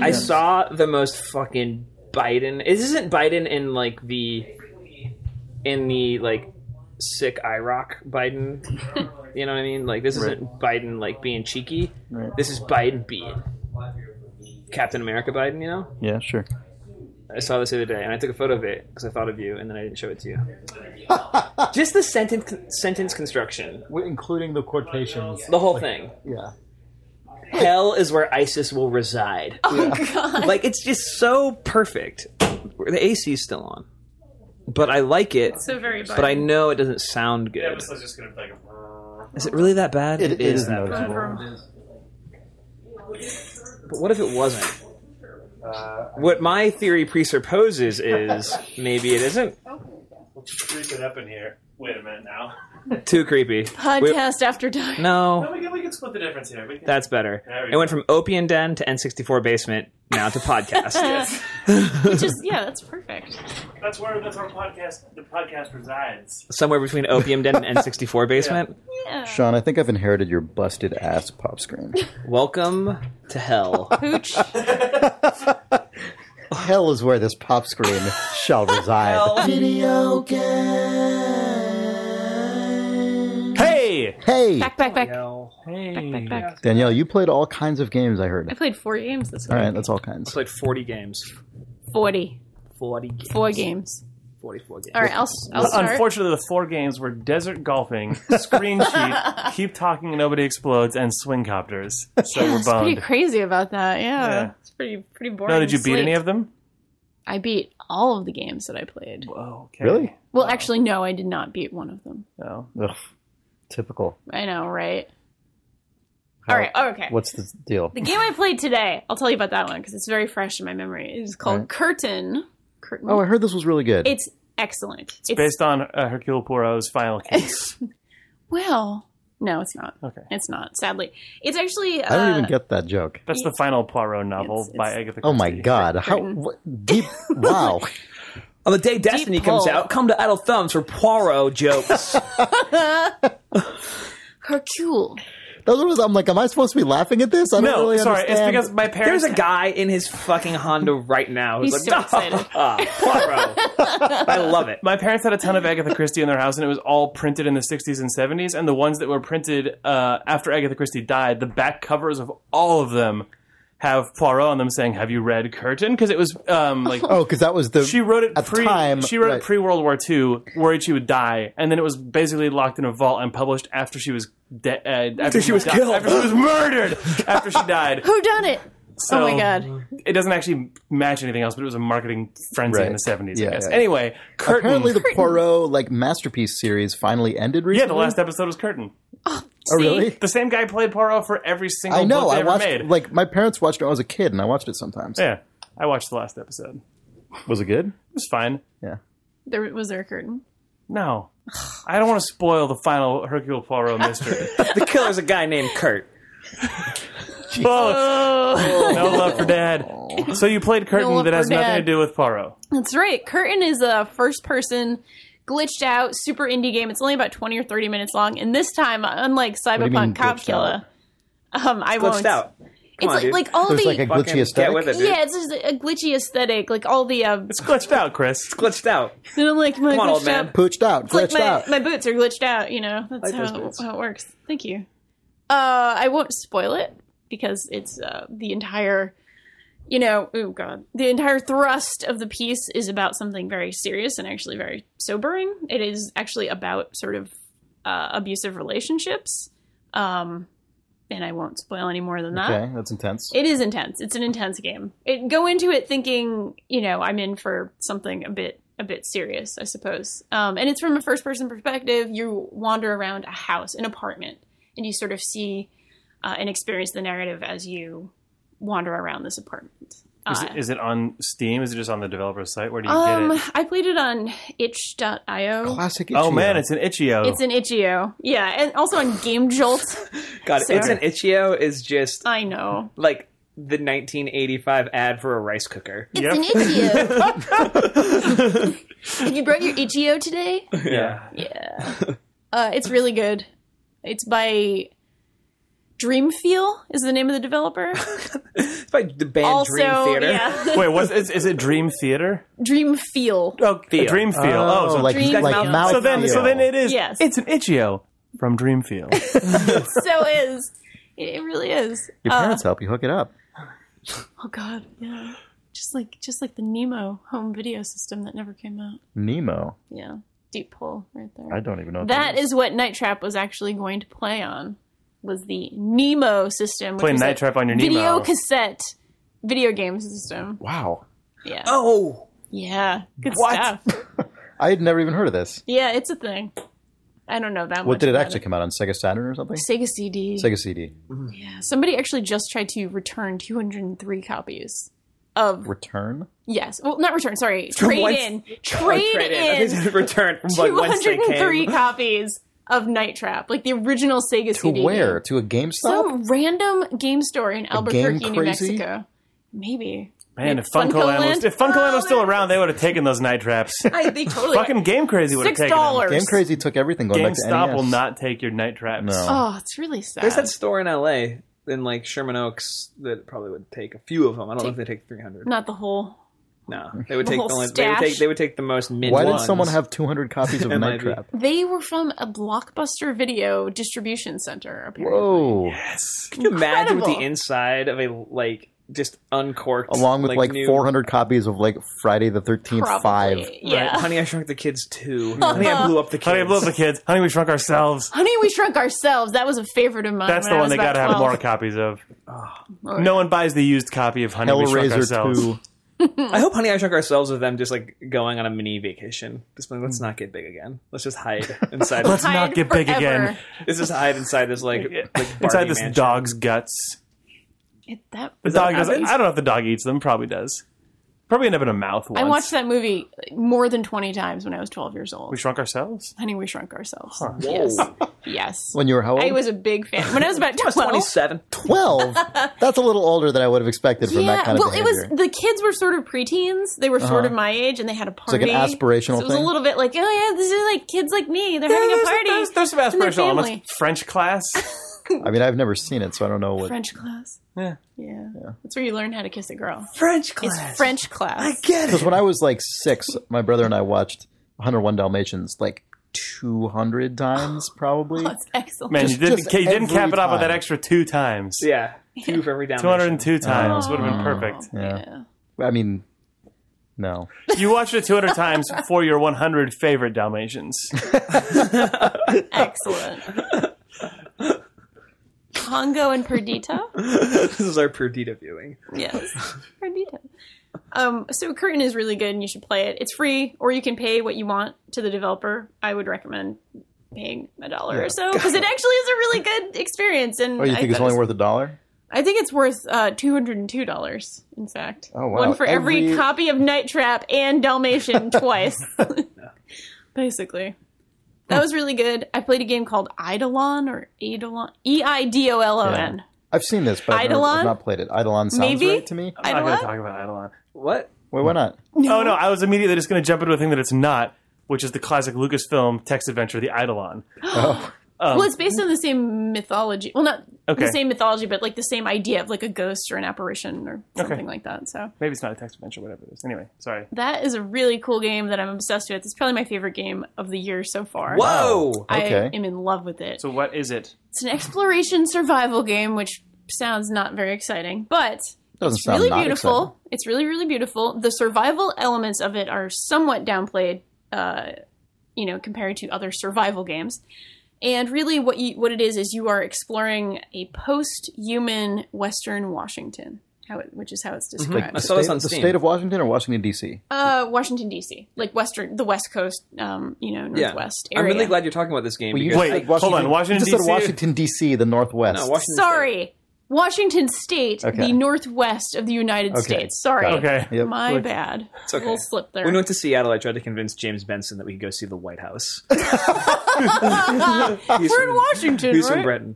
H: I saw the most fucking Biden. Isn't Biden in like the in the like sick IROC Biden? you know what I mean? Like this isn't Biden like being cheeky. This is Biden being Captain America Biden. You know?
F: Yeah, sure.
A: I saw this the other day, and I took a photo of it because I thought of you, and then I didn't show it to you. Just the sentence sentence construction,
F: We're including the quotations.
A: the whole thing.
F: Yeah.
A: Hell is where ISIS will reside.
D: Oh god.
A: Like it's just so perfect. The AC is still on, but I like it.
D: So very
A: But I know it doesn't sound good.
B: Episode's just gonna be like. a-
A: Is it really that bad?
F: It, it is
A: that bad.
F: noticeable.
A: But what if it wasn't? what my theory presupposes is maybe it isn't
B: We'll creep it up in here. Wait a minute now.
A: too creepy. We-
D: Podcast after dark.
A: no,
B: No, we can, we can split the difference here. We can,
A: that's better.
B: There we
A: It went from Opium Den to N64 basement, now to podcast.
D: Which is yeah, that's perfect.
B: that's where that's where podcast the podcast resides.
A: Somewhere between Opium Den and N64 basement.
D: Yeah.
F: Sean, I think I've inherited your busted ass pop screen.
A: Welcome to hell.
D: Pooch.
F: Hell is where this pop screen shall reside.
E: Video games.
B: Hey,
F: Hey,
D: Back, back, back.
A: hell.
D: Back, back, back.
F: Danielle, you played all kinds of games. I
D: I
F: heard.
D: played four games this week.
F: All right, that's all kinds.
A: Played 40 games.
D: 40.
A: 40 games.
D: Four games.
A: 44 games.
D: All right, I'll, I'll start.
B: Unfortunately, the four games were desert golfing, screen sheet, keep talking, and nobody explodes, and swing copters. So
D: Yeah, I
B: we're
D: was pretty
B: boned.
D: crazy about that. Yeah,
B: Yeah.
D: it's pretty pretty boring.
B: No, did you beat any
D: slate.
B: of them?
D: I beat all of the games that I played.
B: Whoa, okay.
F: Really?
D: Well, actually, no, I did not beat one of them.
B: No.
F: Ugh, typical.
D: I know, right?
F: How-
D: all right, oh, okay.
F: What's the deal?
D: The game I played today, I'll tell you about that one because it's very fresh in my memory. It is called
F: Right.
D: Curtain. Curtain.
F: Oh, I heard this was really good.
D: it's excellent. It's,
B: Based on uh, Hercule Poirot's final case.
D: well, no, it's not.
B: Okay.
D: It's not. Sadly, it's actually. Uh,
F: I don't even get that joke.
B: That's the final Poirot novel
D: It's- it's-
B: by Agatha Christie.
F: Oh my god! How what- deep? Wow!
A: On the day Destiny comes
D: pull.
A: out, come to Idle Thumbs for Poirot jokes.
D: Hercule.
F: That's what was, I'm like, am I supposed to be laughing at this? I don't
B: No,
F: really
B: sorry.
F: understand.
B: It's because my parents.
A: There's a guy in his fucking Honda right now who's
D: He's
A: like,
D: so excited.
A: "Ah, Poirot." I love it.
B: my parents had a ton of Agatha Christie in their house, and it was all printed in the 60s and 70s. And the ones that were printed uh, after Agatha Christie died, the back covers of all of them have Poirot on them saying, "Have you read Curtain?" Because it was um, like
F: oh, because that was the
B: she wrote it
F: at the
B: pre
F: time,
B: she wrote
F: right.
B: it pre World War II, worried she would die, and then it was basically locked in a vault and published after she was de- uh, after
A: she was
B: died-
A: killed.
B: after she was murdered, after she died.
D: Who done it?
B: So
D: oh my god!
B: It doesn't actually match anything else, but it was a marketing frenzy in
F: Right.
B: the seventies.
F: Yeah,
B: I guess.
F: yeah.
B: Anyway, curtain.
F: apparently the Poirot like masterpiece series finally ended
B: yeah,
F: recently.
B: the last episode was curtain.
F: Oh, really?
B: The same guy played Poirot for every single
F: I know.
B: book they
F: I
B: ever
F: watched
B: made.
F: like my parents watched it when I was a kid, and I watched it sometimes.
B: yeah, I watched the last episode. It
F: Was it good?
B: was fine.
F: Yeah.
D: There was there a curtain.
B: No, I don't want to spoil the final Hercule Poirot mystery.
A: The killer's a guy named Kurt.
B: Both. Oh, No love for dad. So you played curtain
D: Oh. love
B: that
D: for
B: has nothing
D: Dad.
B: to do with Poirot.
D: That's right. Curtain is a first person glitched out super indie game. It's only about 20 or 30 minutes long. And this time, unlike
F: you mean,
D: Cyberpunk Cop
F: glitched
D: Killer, um, I won't.
A: Glitched out. Come
D: It's
A: on,
D: like,
A: dude.
D: like all
F: There's
D: the.
F: like a
A: Fucking
F: glitchy aesthetic.
A: Get with it, dude.
D: yeah, it's just a glitchy aesthetic. Like all the. Um,
B: It's glitched out, Chris.
A: Glitched out.
D: and I'm like, my
A: Come on,
D: glitched
A: old man.
D: out.
F: Pooched out,
D: It's like
F: glitched
D: my,
F: out.
D: my boots are glitched out, you know? That's
A: those
D: how,
A: boots.
D: how it works. Thank you. Uh, I won't spoil it because it's uh, the entire. You know, oh god, the entire thrust of the piece is about something very serious and actually very sobering. It is actually about sort of uh, abusive relationships, um, and I won't spoil any more than that.
F: okay, that's intense.
D: It is intense. It's an intense game. It, go into it thinking, you know, I'm in for something a bit a bit serious, I suppose. Um, and it's from a first person perspective. You wander around a house, an apartment, and you sort of see uh, and experience the narrative as you wander around this apartment.
B: Is
D: Uh,
B: it, is it on Steam? Is it just on the developer's site? Where do you
D: um,
B: get it?
D: I played it on itch.io.
F: Classic.
B: Oh
F: Ichiro.
B: man, it's an itch.io.
D: It's an itch.io. Yeah, and also on Game Jolt.
A: God,
D: Sarah.
A: it's an itch.io is just
D: I know.
A: like the 1985 ad for a rice cooker.
B: Yep.
D: It's an itch.io. Did you brought your itch.io today?
A: Yeah.
D: Yeah. Uh, it's really good. It's by Dreamfeel is the name of the developer.
A: It's by the band
D: also,
A: Dream Theater.
D: yeah,
B: Wait, what's, is, is it Dream Theater?
D: Dreamfeel.
B: Oh, Dream Feel. Oh, so,
F: like
D: Dream
F: like
D: Feel.
F: mouth.
B: so then, so
F: feel.
B: then it is.
D: Yes.
B: It's an itch.io from Dream Feel.
D: so is it, it really is.
B: uh,
F: your parents help you hook it up.
D: Oh God, yeah. Just like just like the Nemo home video system that never came out.
F: Nemo.
D: Yeah, deep hole right there.
F: I don't even know. What
D: that is what Night Trap was actually going to play on. Was the Nemo system? which
B: Play
D: was
B: Night
D: a
B: Trap on your
D: video
B: Nemo.
D: cassette, video game system.
F: Wow.
D: Yeah,
G: Oh,
D: yeah, good stuff.
F: I had never even heard of this.
D: Yeah, it's a thing. I don't know that much.
F: What did it
D: about
F: actually come out on? Sega Saturn or something?
D: Sega CD.
F: Sega CD.
D: Yeah. Somebody actually just tried to return 203 copies of
F: Return.
D: yes, well, not return. Sorry,
G: From
D: trade
G: whence-
D: in,
F: Oh,
D: trade in
A: return from like whence they
D: 203
A: came.
D: copies of Night Trap, like the original Sega
F: To
D: CD.
F: where? To a GameStop?
D: Some random game store in Albuquerque, New
F: crazy?
D: Mexico. Maybe.
B: Man,
D: Like
B: if Funko Land was, if Funko Land was still
D: Oh,
B: around, they would have taken those night traps.
D: I, they totally
B: Fucking Game Crazy would have
D: six
B: taken them.
D: dollars.
F: Game Crazy took everything going back to E
B: GameStop
F: NES.
B: will not take your night traps.
F: No.
D: Oh, it's really sad.
A: There's that store in L.A. in like Sherman Oaks that probably would take a few of them. I don't know if they take 300.
D: Not the whole.
A: No, they would
D: The
A: take the
D: whole
A: only, they would
D: stash.
A: take they would take the most mid.
F: Why did
A: ones.
F: someone have 200 copies of
A: It
F: Night
A: might be.
F: Trap?
D: They were from a blockbuster video distribution center. Apparently.
F: Whoa.
A: Can you imagine what the
D: Incredible.
A: inside of a like just uncorked
F: Along with like,
A: new-
F: 400 copies of like Friday the 13th 5.
D: Probably.
A: Right,
D: Yeah.
A: Honey, I Shrunk the Kids too. Honey, I blew up the kids.
B: Honey, I Love the Kids. Honey, We Shrunk Ourselves.
D: Honey, we shrunk ourselves. That was a favorite of mine.
B: That's
D: when
B: the
D: Oh, I
B: one
D: was
B: they
D: about
B: gotta have
D: 12.
B: more copies of.
D: Oh, yeah.
B: No one buys the used copy of Honey, We Shrunk
F: Hellraiser
B: Ourselves.
F: 2.
A: I hope Honey, I Shrunk Ourselves with them just like going on a mini vacation. Just like,
D: Hmm.
A: let's not get big again. Let's just hide inside.
B: Let's
D: Hide
B: not get big
D: forever.
B: again.
A: let's just hide inside this like, like Barbie
B: Inside this
A: mansion.
B: dog's guts.
D: It, that,
B: The dog does. I
A: happens?
B: don't know if the dog eats them. Probably does. Probably end up in a mouth once.
D: I watched that movie more than 20 times when I was 12 years old.
B: We shrunk ourselves.
D: Honey, we shrunk ourselves. Yes. Yes.
F: When you were how old?
D: I was a big fan. When I was about 12.
A: 27.
F: 12. That's a little older than I would have expected from that
D: Yeah,
F: kind of
D: well, it
F: behavior. Uh-huh.
D: was the kids were sort of preteens. They were sort of my age, and they had a
F: like
D: party.
F: an aspirational
D: So it was
F: thing?
D: a little bit like, oh yeah, this is like kids like me. They're having a
B: there's,
D: party.
B: There's, there's some
D: and their
B: aspirational
D: family.
B: elements. French class.
F: I mean, I've never seen it, so I don't know what.
D: French class.
B: Yeah.
D: Yeah. that's where you learn how to kiss a girl.
G: French
D: It's
G: class.
D: French class.
G: Get
F: Because
G: it?
F: when I was like six, my brother and I watched 101 Dalmatians like 200 times, probably.
D: That's excellent.
B: Man, you
F: Just-
B: didn't,
F: just
B: ca- you didn't
F: every
B: cap it off with that
F: time.
B: extra two times.
A: Yeah, two for every down.
B: Two hundred and two times would have been
F: Oh.
B: perfect.
F: Yeah.
D: yeah.
F: I mean, no.
B: You watched it two hundred times for your one hundred favorite Dalmatians.
D: Excellent. Congo and Perdita?
A: this is our Perdita viewing.
D: Yes. Perdita. Um, so Curtain is really good and you should play it. It's free, or you can pay what you want to the developer. I would recommend paying a dollar or so because it actually is a really good experience. And
F: Oh, you
D: I
F: think it's
D: thought
F: only
D: it was-
F: worth a dollar?
D: I think it's worth uh, two hundred and two dollars. In fact,
F: Oh, wow.
D: one for every...
F: Every-
D: copy of Night Trap and Dalmatian twice, basically. That was really good. I played a game called Eidolon or Eidolon, E I D O L O N.
F: I've seen this, but I've, never,
D: Eidolon?
F: I've not played it. Eidolon sounds
D: Maybe?
F: right to me.
B: I'm not going
D: Eidolon?
B: to talk about Eidolon.
A: What?
F: Wait, why not?
B: Oh no, I was immediately just going to jump into a thing that it's not, which is the classic Lucasfilm text adventure, The Eidolon.
D: well, it's based on the same mythology. Well, not
B: Okay.
D: the same mythology, but like the same idea of like a ghost or an apparition or something like that. So
B: Maybe it's not a text adventure, whatever it is. Anyway, sorry.
D: that is a really cool game that I'm obsessed with. It's probably my favorite game of the year so far.
A: Whoa!
D: I
F: Okay.
D: am in love with it.
B: So what is it?
D: It's an exploration survival game, which sounds not very exciting, but
F: Doesn't
D: it's
F: sound
D: really
F: not
D: beautiful.
F: exciting.
D: It's really, really beautiful. The survival elements of it are somewhat downplayed, uh, you know, compared to other survival games. And really, what you, what it is is you are exploring a post-human Western Washington, how it, which is how it's described.
A: I saw this on
F: the
A: Steam.
F: state of Washington or Washington D.C.
D: Uh, Washington D.C., like Western, the West Coast, um, you know,
A: yeah.
D: northwest
A: I'm
D: area.
A: really glad you're talking about this game.
F: Well, you
A: because
B: Wait,
F: said
B: hold on. Washington
F: you just
B: DC.
F: said Washington D.C., the Northwest.
A: No, Washington State.
D: Sorry, Washington State,
F: Okay.
D: the northwest of the United
F: Okay.
D: States. Sorry.
F: Got it.
B: Okay.
F: Yep.
D: My bad. It's
A: okay.
D: Little slip there.
A: When we went to Seattle, I tried to convince James Benson that we could go see the White House. he's
D: We're in
A: from-
D: Washington,
A: He's from
D: right?
A: Britain.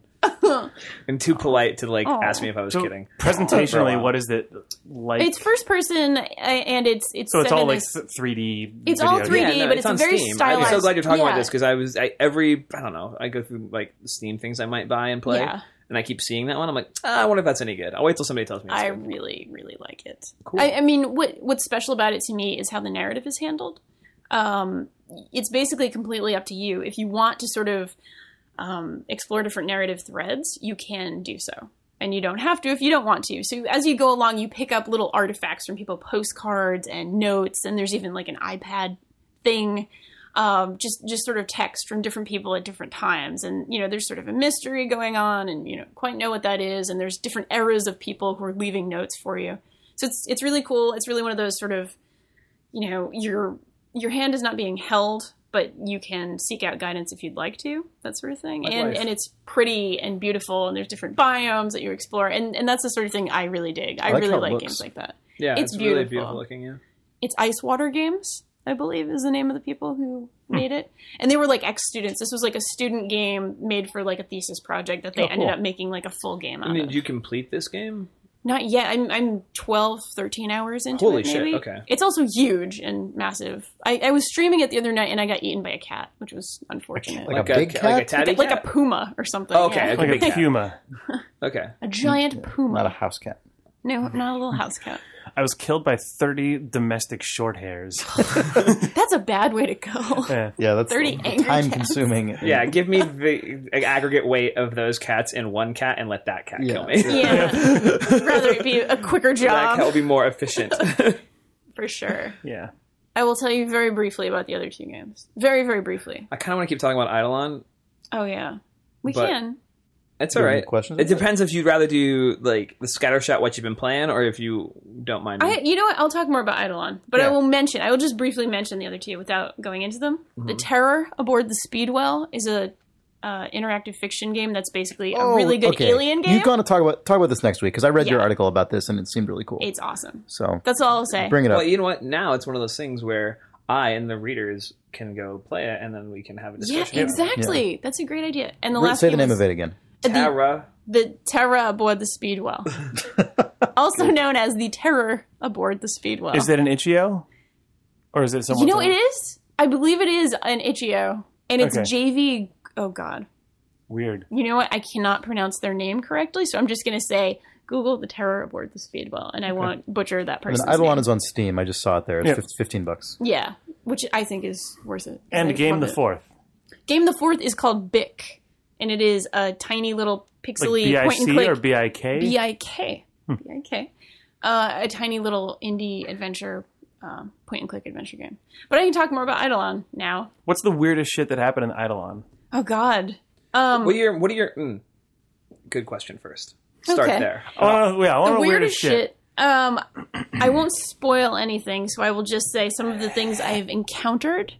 A: and too polite to like
D: Aw.
A: ask me if I was kidding.
B: Presentationally,
A: Wow.
B: what is it like?
D: It's first person, uh, and it's it's
B: so it's
D: set
B: all
D: in
B: like
D: this-
B: three D.
D: It's all 3D,
A: Yeah, no,
D: but it's,
A: on
D: very
A: Steam.
D: stylized.
A: I'm so glad you're talking about
D: Yeah.
A: this because I was I, every I don't know I go through like Steam things I might buy and play,
D: Yeah.
A: and I keep seeing that one. I'm like, ah, I wonder if that's any good. I'll wait till somebody tells me. It's
D: I
A: good.
D: really, really like it. I, I mean, what what's special about it to me is how the narrative is handled. Um, it's basically completely up to you. If you want to sort of um, explore different narrative threads, you can do so. I and you don't have to if you don't want to. So as you go along, you pick up little artifacts from people, postcards and notes, and there's even like an iPad thing, um, just just sort of text from different people at different times, and you know there's sort of a mystery going on, and you don't quite know what that is, and there's different eras of people who are leaving notes for you. So it's it's really cool. It's really one of those sort of, you know, your your hand is not being held, but you can seek out guidance if you'd like to, that sort of thing. And
A: Likewise.
D: and it's pretty and beautiful, and there's different biomes that you explore, and and that's the sort of thing I really dig. I,
F: I like
D: really
F: how it
D: like
F: looks.
D: games like that.
A: Yeah, it's,
D: It's
A: really
D: beautiful.
A: beautiful looking. Yeah,
D: It's Ice Water Games, I believe, is the name of the people who made it, and they were like ex students. This was like a student game made for like a thesis project that they
B: Oh,
D: ended
B: cool.
D: up making like a full game out
A: and
D: of.
A: did you complete this game?
D: Not yet. I'm I'm 12, 13 hours into
A: Holy
D: it.
A: shit,
D: Maybe.
A: okay.
D: It's also huge and massive. I, I was streaming it the other night and I got eaten by a cat, which was unfortunate.
F: Like a big
A: ca-
F: cat?
A: like a tatty,
D: like a
A: cat?
D: puma or something.
A: Oh, okay,
D: yeah.
A: okay,
B: like a
A: big cat.
B: puma.
A: Okay,
D: A giant puma.
F: Not a house cat.
D: no, not a little house cat.
B: I was killed by thirty domestic short hairs.
D: That's a bad way to go.
B: yeah.
F: Yeah, that's
D: 30 angry
F: time
D: cats.
F: consuming.
A: yeah. Give me the aggregate weight of those cats in one cat, and let that cat
F: Yeah.
A: kill me.
D: yeah. Rather it be a quicker
A: that cat will
D: job
A: be more efficient.
D: for sure.
B: yeah.
D: I will tell you very briefly about the other two games. Very, very briefly.
A: I kind of want to keep talking about Eidolon.
D: Oh yeah. We
A: But-
D: can.
A: It's
F: You
A: all
F: have any
A: right.
F: questions?
A: It depends if you'd rather do like the scattershot what you've been playing, or if you don't mind. me.
D: I, you know what? I'll talk more about Eidolon, but I
A: Yeah.
D: will mention, I will just briefly mention the other two without going into them. The
F: Mm-hmm.
D: Terror aboard the Speedwell is a uh, interactive fiction game that's basically a really good
F: Oh, okay.
D: alien game.
F: You've got to talk about talk about this next week because I read your
D: Yeah.
F: article about this and it seemed really cool.
D: it's awesome.
F: so
D: That's all I'll say.
F: bring it up.
A: Well, you know what? Now it's one of those things where I and the readers can go play it, and then we can have a
D: yeah,
A: discussion.
D: exactly. That's a great idea. And the
F: Re-
D: last
F: Say the
D: game
F: name
D: was
F: of it again.
D: The,
A: Tara,
D: the Terra aboard the Speedwell, also known as the Terror aboard the Speedwell.
B: Is it an itch.io? Or is it
D: Oh. you
B: someone?
D: know, it is. I believe it is an itch.io, and it's
B: Okay.
D: JV. Oh God.
B: weird.
D: you know what? I cannot pronounce their name correctly, so I'm just going to say Google the terror aboard the Speedwell, and I won't butcher that
F: And
D: person's
F: Eidolon
D: name.
F: is on Steam. I just saw it there. It's
B: Yeah.
F: fif- fifteen bucks.
D: yeah, which I think is worth it. I
B: And game
D: love
B: the
D: it.
B: fourth.
D: Game the fourth is called Bic, and it is a tiny little
B: Like
D: pixely
B: B I
D: point and
B: C
D: click
B: or B Hmm. I K.
D: B-I-K. B-I-K. Uh, a tiny little indie adventure, um, point and click adventure game. But I can talk more about Eidolon now.
B: What's the weirdest shit that happened in Eidolon?
D: Oh God. Um,
A: what are your what are your? Mm, good question. First, start
D: Okay.
A: there.
B: I wanna, yeah, I want
D: Oh. the
B: to
D: weirdest shit. Um, I won't spoil anything, so I will just say some of the things I have encountered.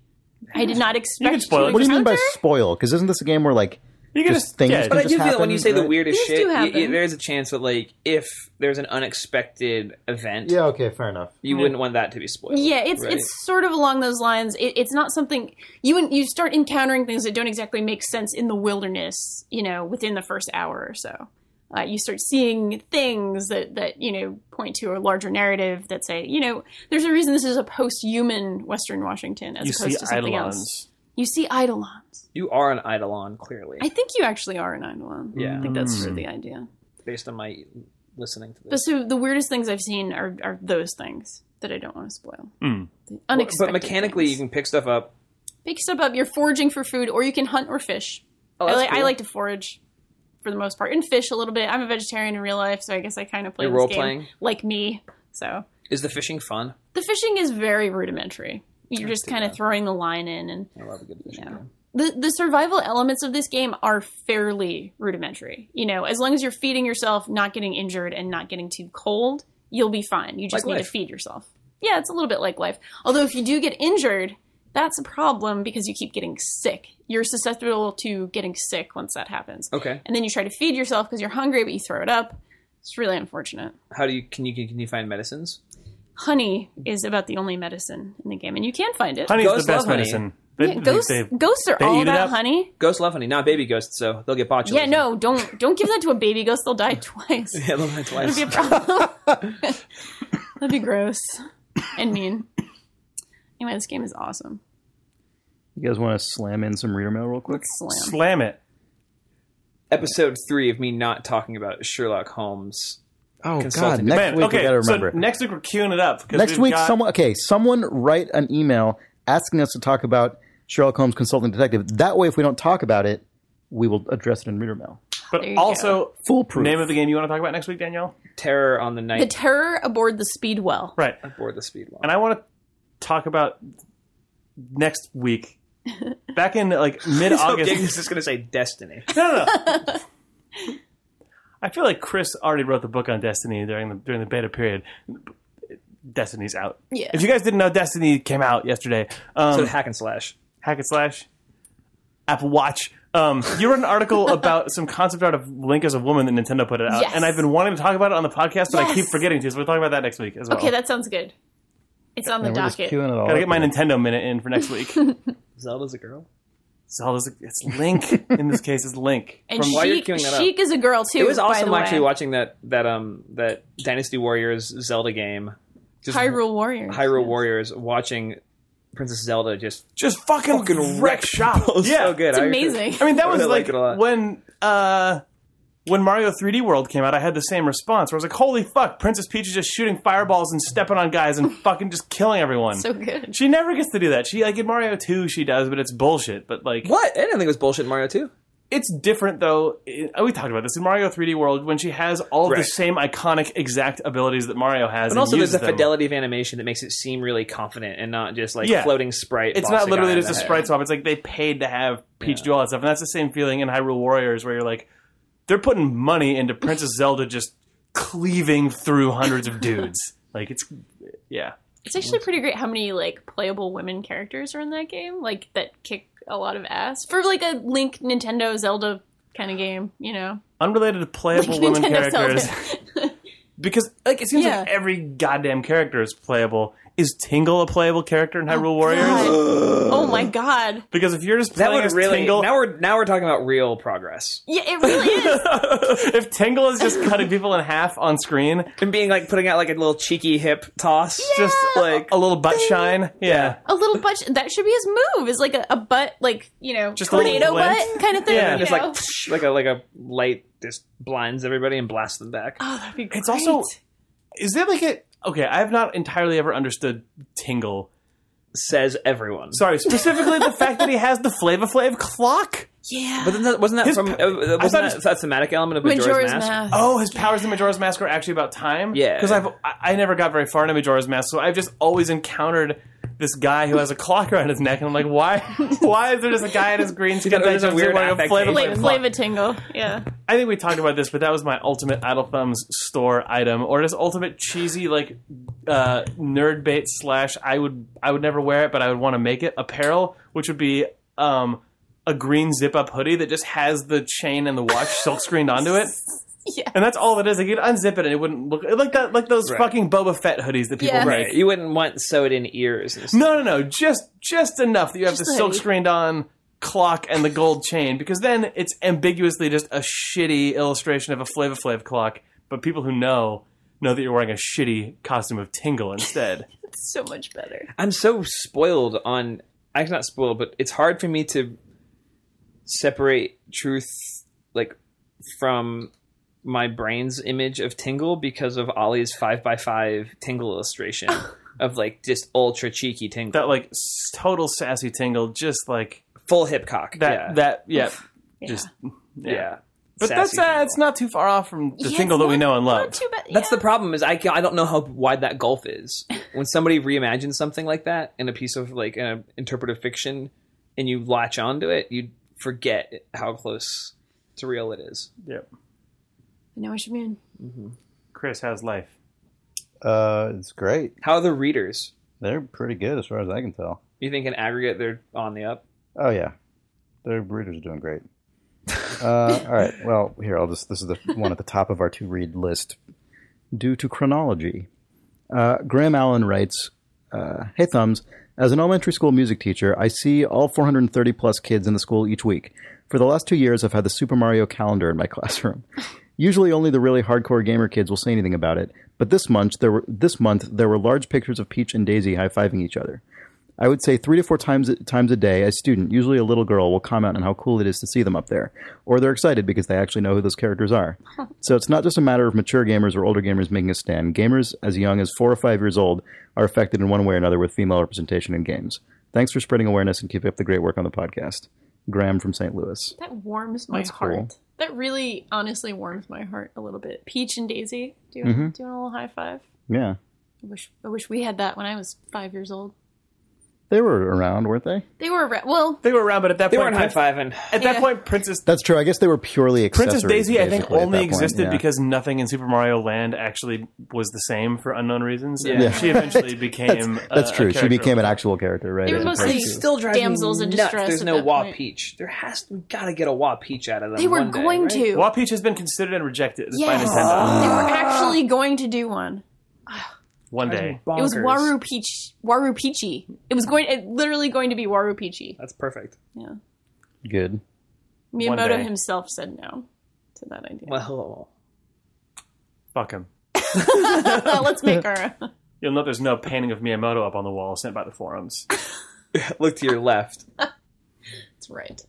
D: I did not expect.
B: spoil
D: to
B: it.
F: What do you mean by
D: encounter.
F: spoil? Because isn't this a game where like
B: You can
F: Just
B: just
F: things
B: yeah,
F: that
A: But I
F: just
A: do feel that when you
F: happened,
A: say the
F: right?
A: weirdest
D: Things
A: shit, y-
D: do
A: y-
D: happen.
A: there's a chance that like if there's an unexpected event,
F: okay, fair enough.
A: you wouldn't want that to be spoiled.
D: Yeah, it's
A: right?
D: it's sort of along those lines. It, it's not something you en- you start encountering things that don't exactly make sense in the wilderness. You know, within the first hour or so, uh, you start seeing things that that you know point to a larger narrative that say, you know, there's a reason this is a post-human Western Washington as
B: You
D: opposed
B: see
D: to something else.
B: Eidolons.
D: You see eidolons.
A: you are an Eidolon clearly,
D: I think you actually are an Eidolon.
A: Yeah.
D: I think that's sort of the idea.
A: based on my listening to
D: But
A: this.
D: so the weirdest things I've seen are, are those things that I don't want to spoil.
B: Mm.
D: The
A: But,
D: unexpected.
A: but mechanically, you
D: things.
A: can pick stuff up.
D: pick stuff up. You're foraging for food, or you can hunt or fish.
A: Oh,
D: I,
A: that's
D: li- I
A: cool.
D: like to forage for the most part and fish a little bit. I'm a vegetarian in real life, so I guess I kind of play
A: You're
D: this
A: role-playing?
D: game like me. So
A: Is the fishing fun?
D: the fishing is very rudimentary. You're just kind of throwing the line in and
A: I love a good fishing.
D: know.
A: game.
D: the the survival elements of this game are fairly rudimentary. You know, as long as you're feeding yourself, not getting injured, and not getting too cold, you'll be fine. You just
A: Like
D: need
A: life.
D: to feed yourself. Yeah, it's a little bit like life. Although if you do get injured, that's a problem because you keep getting sick. You're susceptible to getting sick once that happens.
A: Okay,
D: And then you try to feed yourself because you're hungry, but you throw it up. It's really unfortunate.
A: how do you can you can you find medicines?
D: Honey is about the only medicine in the game, and you can find it.
B: Honey's
A: Ghosts
B: the best
A: love honey.
B: medicine. They-
D: Yeah,
B: they-
D: ghosts,
B: they-
D: ghosts are
B: they
D: all
B: eat it up.
D: about honey.
A: Ghost love honey, not baby ghosts, so they'll get botulism.
D: Yeah, no, don't don't give that to a baby ghost. They'll die twice.
A: Yeah, they'll die twice.
D: That'd be a problem. That'd be gross and mean. Anyway, this game is awesome.
F: You guys want to slam in some reader mail real quick?
D: Slam.
B: Slam it.
A: Episode three of me not talking about Sherlock Holmes.
F: Oh God!
A: Consulting.
F: Next
B: Man,
F: week
B: okay,
F: we gotta remember.
B: so next week we're queuing it up. 'cause
F: next
B: we've
F: week,
B: got-
F: someone okay, someone write an email asking us to talk about Sherlock Holmes Consulting Detective. That way, if we don't talk about it, we will address it in reader mail.
B: But
D: There you
B: also,
J: Foolproof.
B: name of the game you want to talk about next week, Danielle?
A: Terror on the
D: The
A: night
D: Terror aboard the Speedwell.
B: Right.
A: aboard the speedwell.
B: And I want to talk about next week. Back in like mid
A: August
B: August.
A: is just gonna say Destiny.
B: no, no, no. I feel like Chris already wrote the book on Destiny during the during the beta period. Destiny's out.
D: Yeah.
B: If you guys didn't know, Destiny came out yesterday. Um,
A: So the hack and slash.
B: hack and slash Apple Watch. Um, you wrote an article about some concept art of Link as a woman that Nintendo put it out,
D: Yes.
B: and I've been wanting to talk about it on the podcast, but I keep
D: Yes.
B: forgetting to. So we'll talk about that next week as well.
D: Okay, that sounds good. It's on the
J: Man, we're just
D: docket.
J: queuing it all.
B: Gotta
J: up
B: get my
J: here.
B: Nintendo minute in for next week.
A: Zelda's a girl.
B: Zelda's it's Link in this case. It's Link.
D: And
A: From- While you're
D: Sheik,
A: queuing that up.
D: Sheik is a girl too.
A: It was
D: by
A: awesome
D: the
A: actually
D: way.
A: watching that that um that Dynasty Warriors Zelda game. Just
D: Hyrule Warriors.
A: Hyrule
D: yes.
A: Warriors watching Princess Zelda just
B: Just fucking,
A: fucking
B: wreck
A: wreck
B: shop. yeah,
A: so good.
D: It's
A: I-
D: amazing.
B: I mean, that
A: I
B: was
A: really
B: like
A: like it a lot.
B: when uh, when Mario 3D World came out, I had the same response where I was like, "Holy fuck, Princess Peach is just shooting fireballs and stepping on guys and fucking just killing everyone."
D: so good.
B: she never gets to do that. She like in Mario 2, she does, but it's bullshit. But like,
A: What? I didn't think it was bullshit in Mario 2.
B: it's different though. It- we talked about this in Mario 3D World when she has all of the
A: Right.
B: same iconic exact abilities that Mario has,
A: And also, there's
B: uses
A: the
B: them.
A: fidelity of animation that makes it seem really confident and not just like
B: Yeah.
A: floating sprite.
B: It's
A: bops
B: not
A: guy
B: literally
A: in
B: just a
A: the head.
B: sprite swap. It's like they paid to have Peach do all that stuff, and that's the same feeling in Hyrule Warriors, where you're like, they're putting money into Princess Zelda just cleaving through hundreds of dudes. Like it's, yeah,
D: It's actually pretty great how many like playable women characters are in that game, like that kick a lot of ass for like a Link Nintendo Zelda kind of game. You know,
B: unrelated to
D: like
B: playable women
D: Nintendo
B: characters.
D: Zelda.
B: because like it seems
D: Yeah.
B: like every goddamn character is playable. Is Tingle a playable character in Hyrule Warriors?
D: God. oh my god!
B: Because if you're just
A: That
B: playing
A: would
B: as
A: really.
B: Tingle,
A: Now we're now we're talking about real progress
D: Yeah, it really is.
B: if Tingle is just cutting people in half on screen,
A: and being like putting out like a little cheeky hip toss.
B: just like a little butt shine, yeah.
D: A little butt. That should be his move. Is like a, a butt, like you know,
B: Just a little
D: tornado
B: glint.
D: butt kind of thing.
B: Yeah,
D: you
A: Just
D: know?
A: like like a like a light just blinds everybody and blasts them back.
D: oh, that'd be great.
B: It's also is there like a okay? I have not entirely ever understood Tingle.
A: Says everyone.
B: Sorry, specifically the fact that he has the Flava Flav clock.
D: yeah.
A: But then that, wasn't that
B: His
A: from
B: pa-
A: uh, uh,
B: I thought
A: wasn't
B: his-
A: that, that thematic element of Majora's,
D: Majora's
A: Mask?
D: Mask.
B: Oh, his powers in Majora's Mask are actually about time.
A: Yeah.
B: because I've I, I never got very far into Majora's Mask, so I've just always encountered this guy who has a clock around his neck, and I'm like, why? Why is there just a guy in his green skin
A: got
B: that
A: this
B: jumps
A: weird
B: in wearing a Flava
A: affectation.
B: Flav
D: Like
B: clock?
D: Flava Tingle, yeah.
B: I think we talked about this, but that was my ultimate Idle Thumbs store item, or just ultimate cheesy like uh, nerd bait slash. I would I would never wear it, but I would want to make it apparel, which would be um, a green zip up hoodie that just has the chain and the watch silk screened onto it.
D: Yes.
B: And that's all it is. Like you'd unzip it and it wouldn't look like that. Like those
A: Right.
B: fucking Boba Fett hoodies that people
D: Yeah.
B: make.
A: Right. You wouldn't want sewed in ears. And stuff.
B: No, no, no. Just just enough that you have
D: Just
B: the
D: the
B: silk
D: hoodie.
B: screened on clock and the gold chain, because then it's ambiguously just a shitty illustration of a Flava Flav clock. But people who know know that you're wearing a shitty costume of Tingle instead.
D: It's so much better.
A: I'm so spoiled on. I'm not spoiled, but it's hard for me to separate truth like from my brain's image of Tingle because of Ollie's five by five Tingle illustration of like just ultra cheeky Tingle,
B: that like s- total sassy Tingle, just like
A: full hip cock.
B: that.
A: yeah.
B: That yeah.
D: Yeah.
B: Just
A: yeah.
B: But
A: Sassy
B: that's uh,
A: Tingle.
B: it's not too far off from the
D: Yeah,
B: Tingle
D: it's
B: that we
D: not-
B: know and love.
D: Not too bad.
A: That's
D: yeah.
A: the problem is I, ca- I don't know how wide that gulf is. When somebody reimagines something like that in a piece of like an interpretive fiction and you latch onto it, you forget how close to real it is.
B: Yep.
D: I know what you mean.
B: Chris, how's life?
F: Uh, it's great.
A: How are the readers?
F: They're pretty good as far as I can tell.
A: You think in aggregate they're on the up?
F: Oh yeah, their breeders are doing great. Uh, all right. Well, here I'll just. This is the one at the top of our to read list, due to chronology. Uh, Graham Allen writes, uh, "Hey thumbs." As an elementary school music teacher, I see all 430 plus kids in the school each week. For the last two years, I've had the Super Mario calendar in my classroom. Usually, only the really hardcore gamer kids will say anything about it. But this month, there were this month there were large pictures of Peach and Daisy high fiving each other. I would say three to four times times a day, a student, usually a little girl, will comment on how cool it is to see them up there, or they're excited because they actually know who those characters are. so it's not just a matter of mature gamers or older gamers making a stand. Gamers as young as four or five years old are affected in one way or another with female representation in games. Thanks for spreading awareness and keeping up the great work on the podcast, Graham from St. Louis.
D: That warms my
F: That's cool.
D: heart. That really, honestly, warms my heart a little bit. Peach and Daisy doing
F: Mm-hmm.
D: doing a little high five.
F: Yeah.
D: I wish I wish we had that when I was five years old.
F: They were around, weren't they?
D: They were ra- well.
B: They were around, but at that
H: They
B: point,
H: weren't high
B: Prince-
H: fiving.
B: at that
D: Yeah.
B: point, Princess
F: That's true. I guess they were purely accessories.
B: Princess Daisy, I think,
F: basically, at
B: only
F: that point,
B: existed
F: yeah.
B: because nothing in Super Mario Land actually was the same for unknown reasons. and
H: Yeah.
B: She eventually became.
F: That's, that's
B: a- a
F: true. She
B: character.
F: became an actual character, right?
D: They were
F: as
D: mostly
F: opposed to-
D: still damsels in
H: nuts.
D: distress.
H: There's
D: at
H: no
D: that
H: Wah
D: point.
H: Peach. There has to, we gotta get a Wah Peach out of them.
D: They were
H: one day,
D: going
H: right? Ah.
D: to.
B: Wah Peach has been considered and rejected by
D: Yes,
B: Nintendo.
D: they were actually going to do one.
B: One day.
D: It was
H: Bonkers.
D: Waru Peach, Waru Peachy. It was going, it literally going to be Waru Peachy.
H: That's perfect.
F: good.
D: Miyamoto
B: day.
D: himself said no to that idea.
H: Well,
B: Fuck him.
D: Let's make our. own.
B: You'll note there's no painting of Miyamoto up on the wall sent by the forums.
H: look to your left.
D: That's right.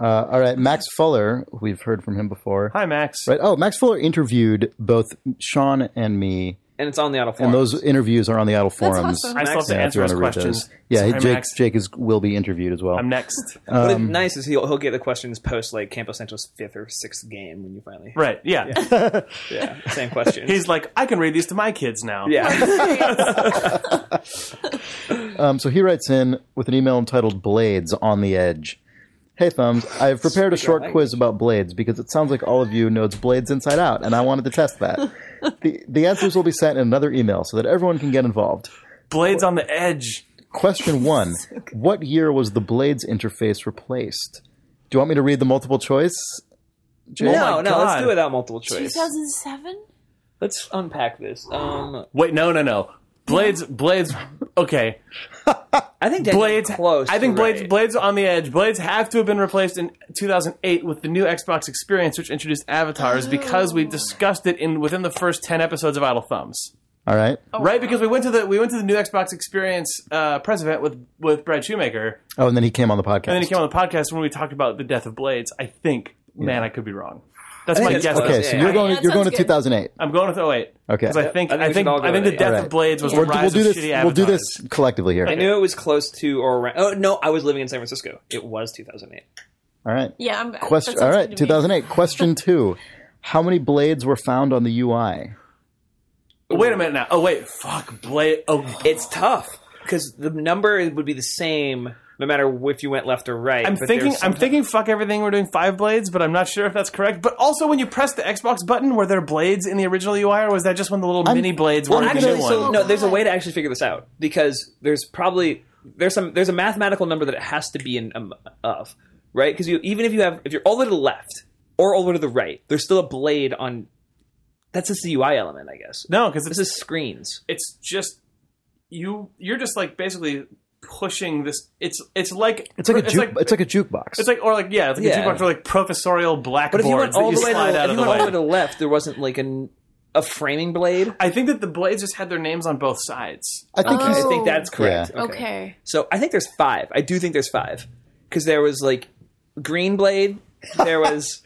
F: Uh, all right, Max Fuller, who we've heard from him before.
B: Hi, Max.
F: Right. Oh, Max Fuller interviewed both Sean and me,
H: And it's on the auto form.
F: and those interviews are on the Idle forums.
D: awesome.
B: I still have to
F: Yeah, if you
B: answer his
F: wanna read
B: questions.
F: those. Yeah,
B: Sorry,
F: Jake.
B: Max.
F: Jake is will be interviewed as well.
B: I'm next.
H: But it's nice is he'll, he'll get the questions post like Campo Santo's fifth or sixth game when you finally.
B: Right, yeah.
H: Yeah, same question.
B: He's Oh like, I can read these to my kids now.
H: yeah.
F: Um, so he writes in with an email entitled "Blades on the Edge." Hey thumbs, I've prepared a short quiz about blades because it sounds like all of you know it's blades inside out, and I wanted to test that. the The answers will be sent in another email so that everyone can get involved.
B: Blades on the edge.
F: Question one: What year was the blades interface replaced? Do you want me to read the multiple choice? Oh Jake?
H: no,
B: my
H: no, let's
B: God.
H: do it without multiple choice.
D: 2007?
H: Let's unpack this. Um,
B: Wait, no, no, no. Blades, blades. Okay,
H: I think Daniel's
B: blades.
H: close.
B: I think
H: to
B: blades,
H: right.
B: blades on the edge. Blades have to have been replaced in 2008 with the new Xbox Experience, which introduced avatars, because
H: Oh.
B: we discussed it in within the first 10 episodes of Idle Thumbs.
F: All right.
H: Oh.
B: right, because we went to the we went to the new Xbox Experience uh, press event with with Brad Shoemaker,
F: Oh, and then he came on the podcast.
B: and then he came on the podcast when we talked about the death of blades. I think, man, I could be wrong. That's my
H: that's
B: guess.
H: close,
F: okay, so
H: Yeah,
F: you're
H: yeah,
F: going.
D: that
F: you're going to
D: sounds good.
F: 2008.
B: I'm going with 08.
F: Okay.
B: Because I think
H: I think
B: I
H: we
B: think
H: should all go
B: I think the
H: with
B: death
F: 08.
B: of blades was
D: We're-
B: the
F: We're-
B: rise
F: we'll do
B: of
F: this.
B: shitty
F: We'll do
B: avatars.
F: this collectively here.
H: I knew it was close to or around. Oh no, I was living in San Francisco. It was 2008.
F: All right.
D: Yeah, I'm.
F: Question. All right. 2008. Question two. How many blades were found on the UI?
B: Wait a minute now. Oh wait, fuck blade. Oh,
H: It's tough because the number would be the same no matter if you went left or right.
B: I'm
H: but
B: thinking.
H: there's
B: I'm
H: some-
B: thinking. Fuck everything. We're doing five blades, but I'm not sure if that's correct. But also, when you press the Xbox button, were there blades in the original UI, or was that just when the little mini blades were
H: Well,
B: in the new
H: actually,
B: one?
H: so no, there's a way to actually figure this out because there's probably there's some there's a mathematical number that it has to be in um, of right because you even if you have if you're all the way to the left or all the way to the right, there's still a blade on. That's just the UI element, I guess.
B: No, because
H: This
B: it's
H: is screens.
B: it's just you. You're just like basically pushing this. It's it's like
F: It's like a
B: it's
F: ju-
B: like
F: it's like a jukebox.
B: it's like or like yeah, it's like
H: Yeah.
B: a jukebox or like professorial
H: But if you went
B: blackboards
H: all
B: that you
H: the way to
B: slide
H: the,
B: out
H: if
B: of
H: you
B: the
H: went all the way
B: way.
H: to the left, there wasn't like an a framing blade.
B: I think that the blades just had their names on both sides.
F: I think
D: Oh.
F: he's
H: I think that's correct.
F: Yeah.
D: Okay.
H: So I think there's five. I do think there's five because there was like Green Blade, there was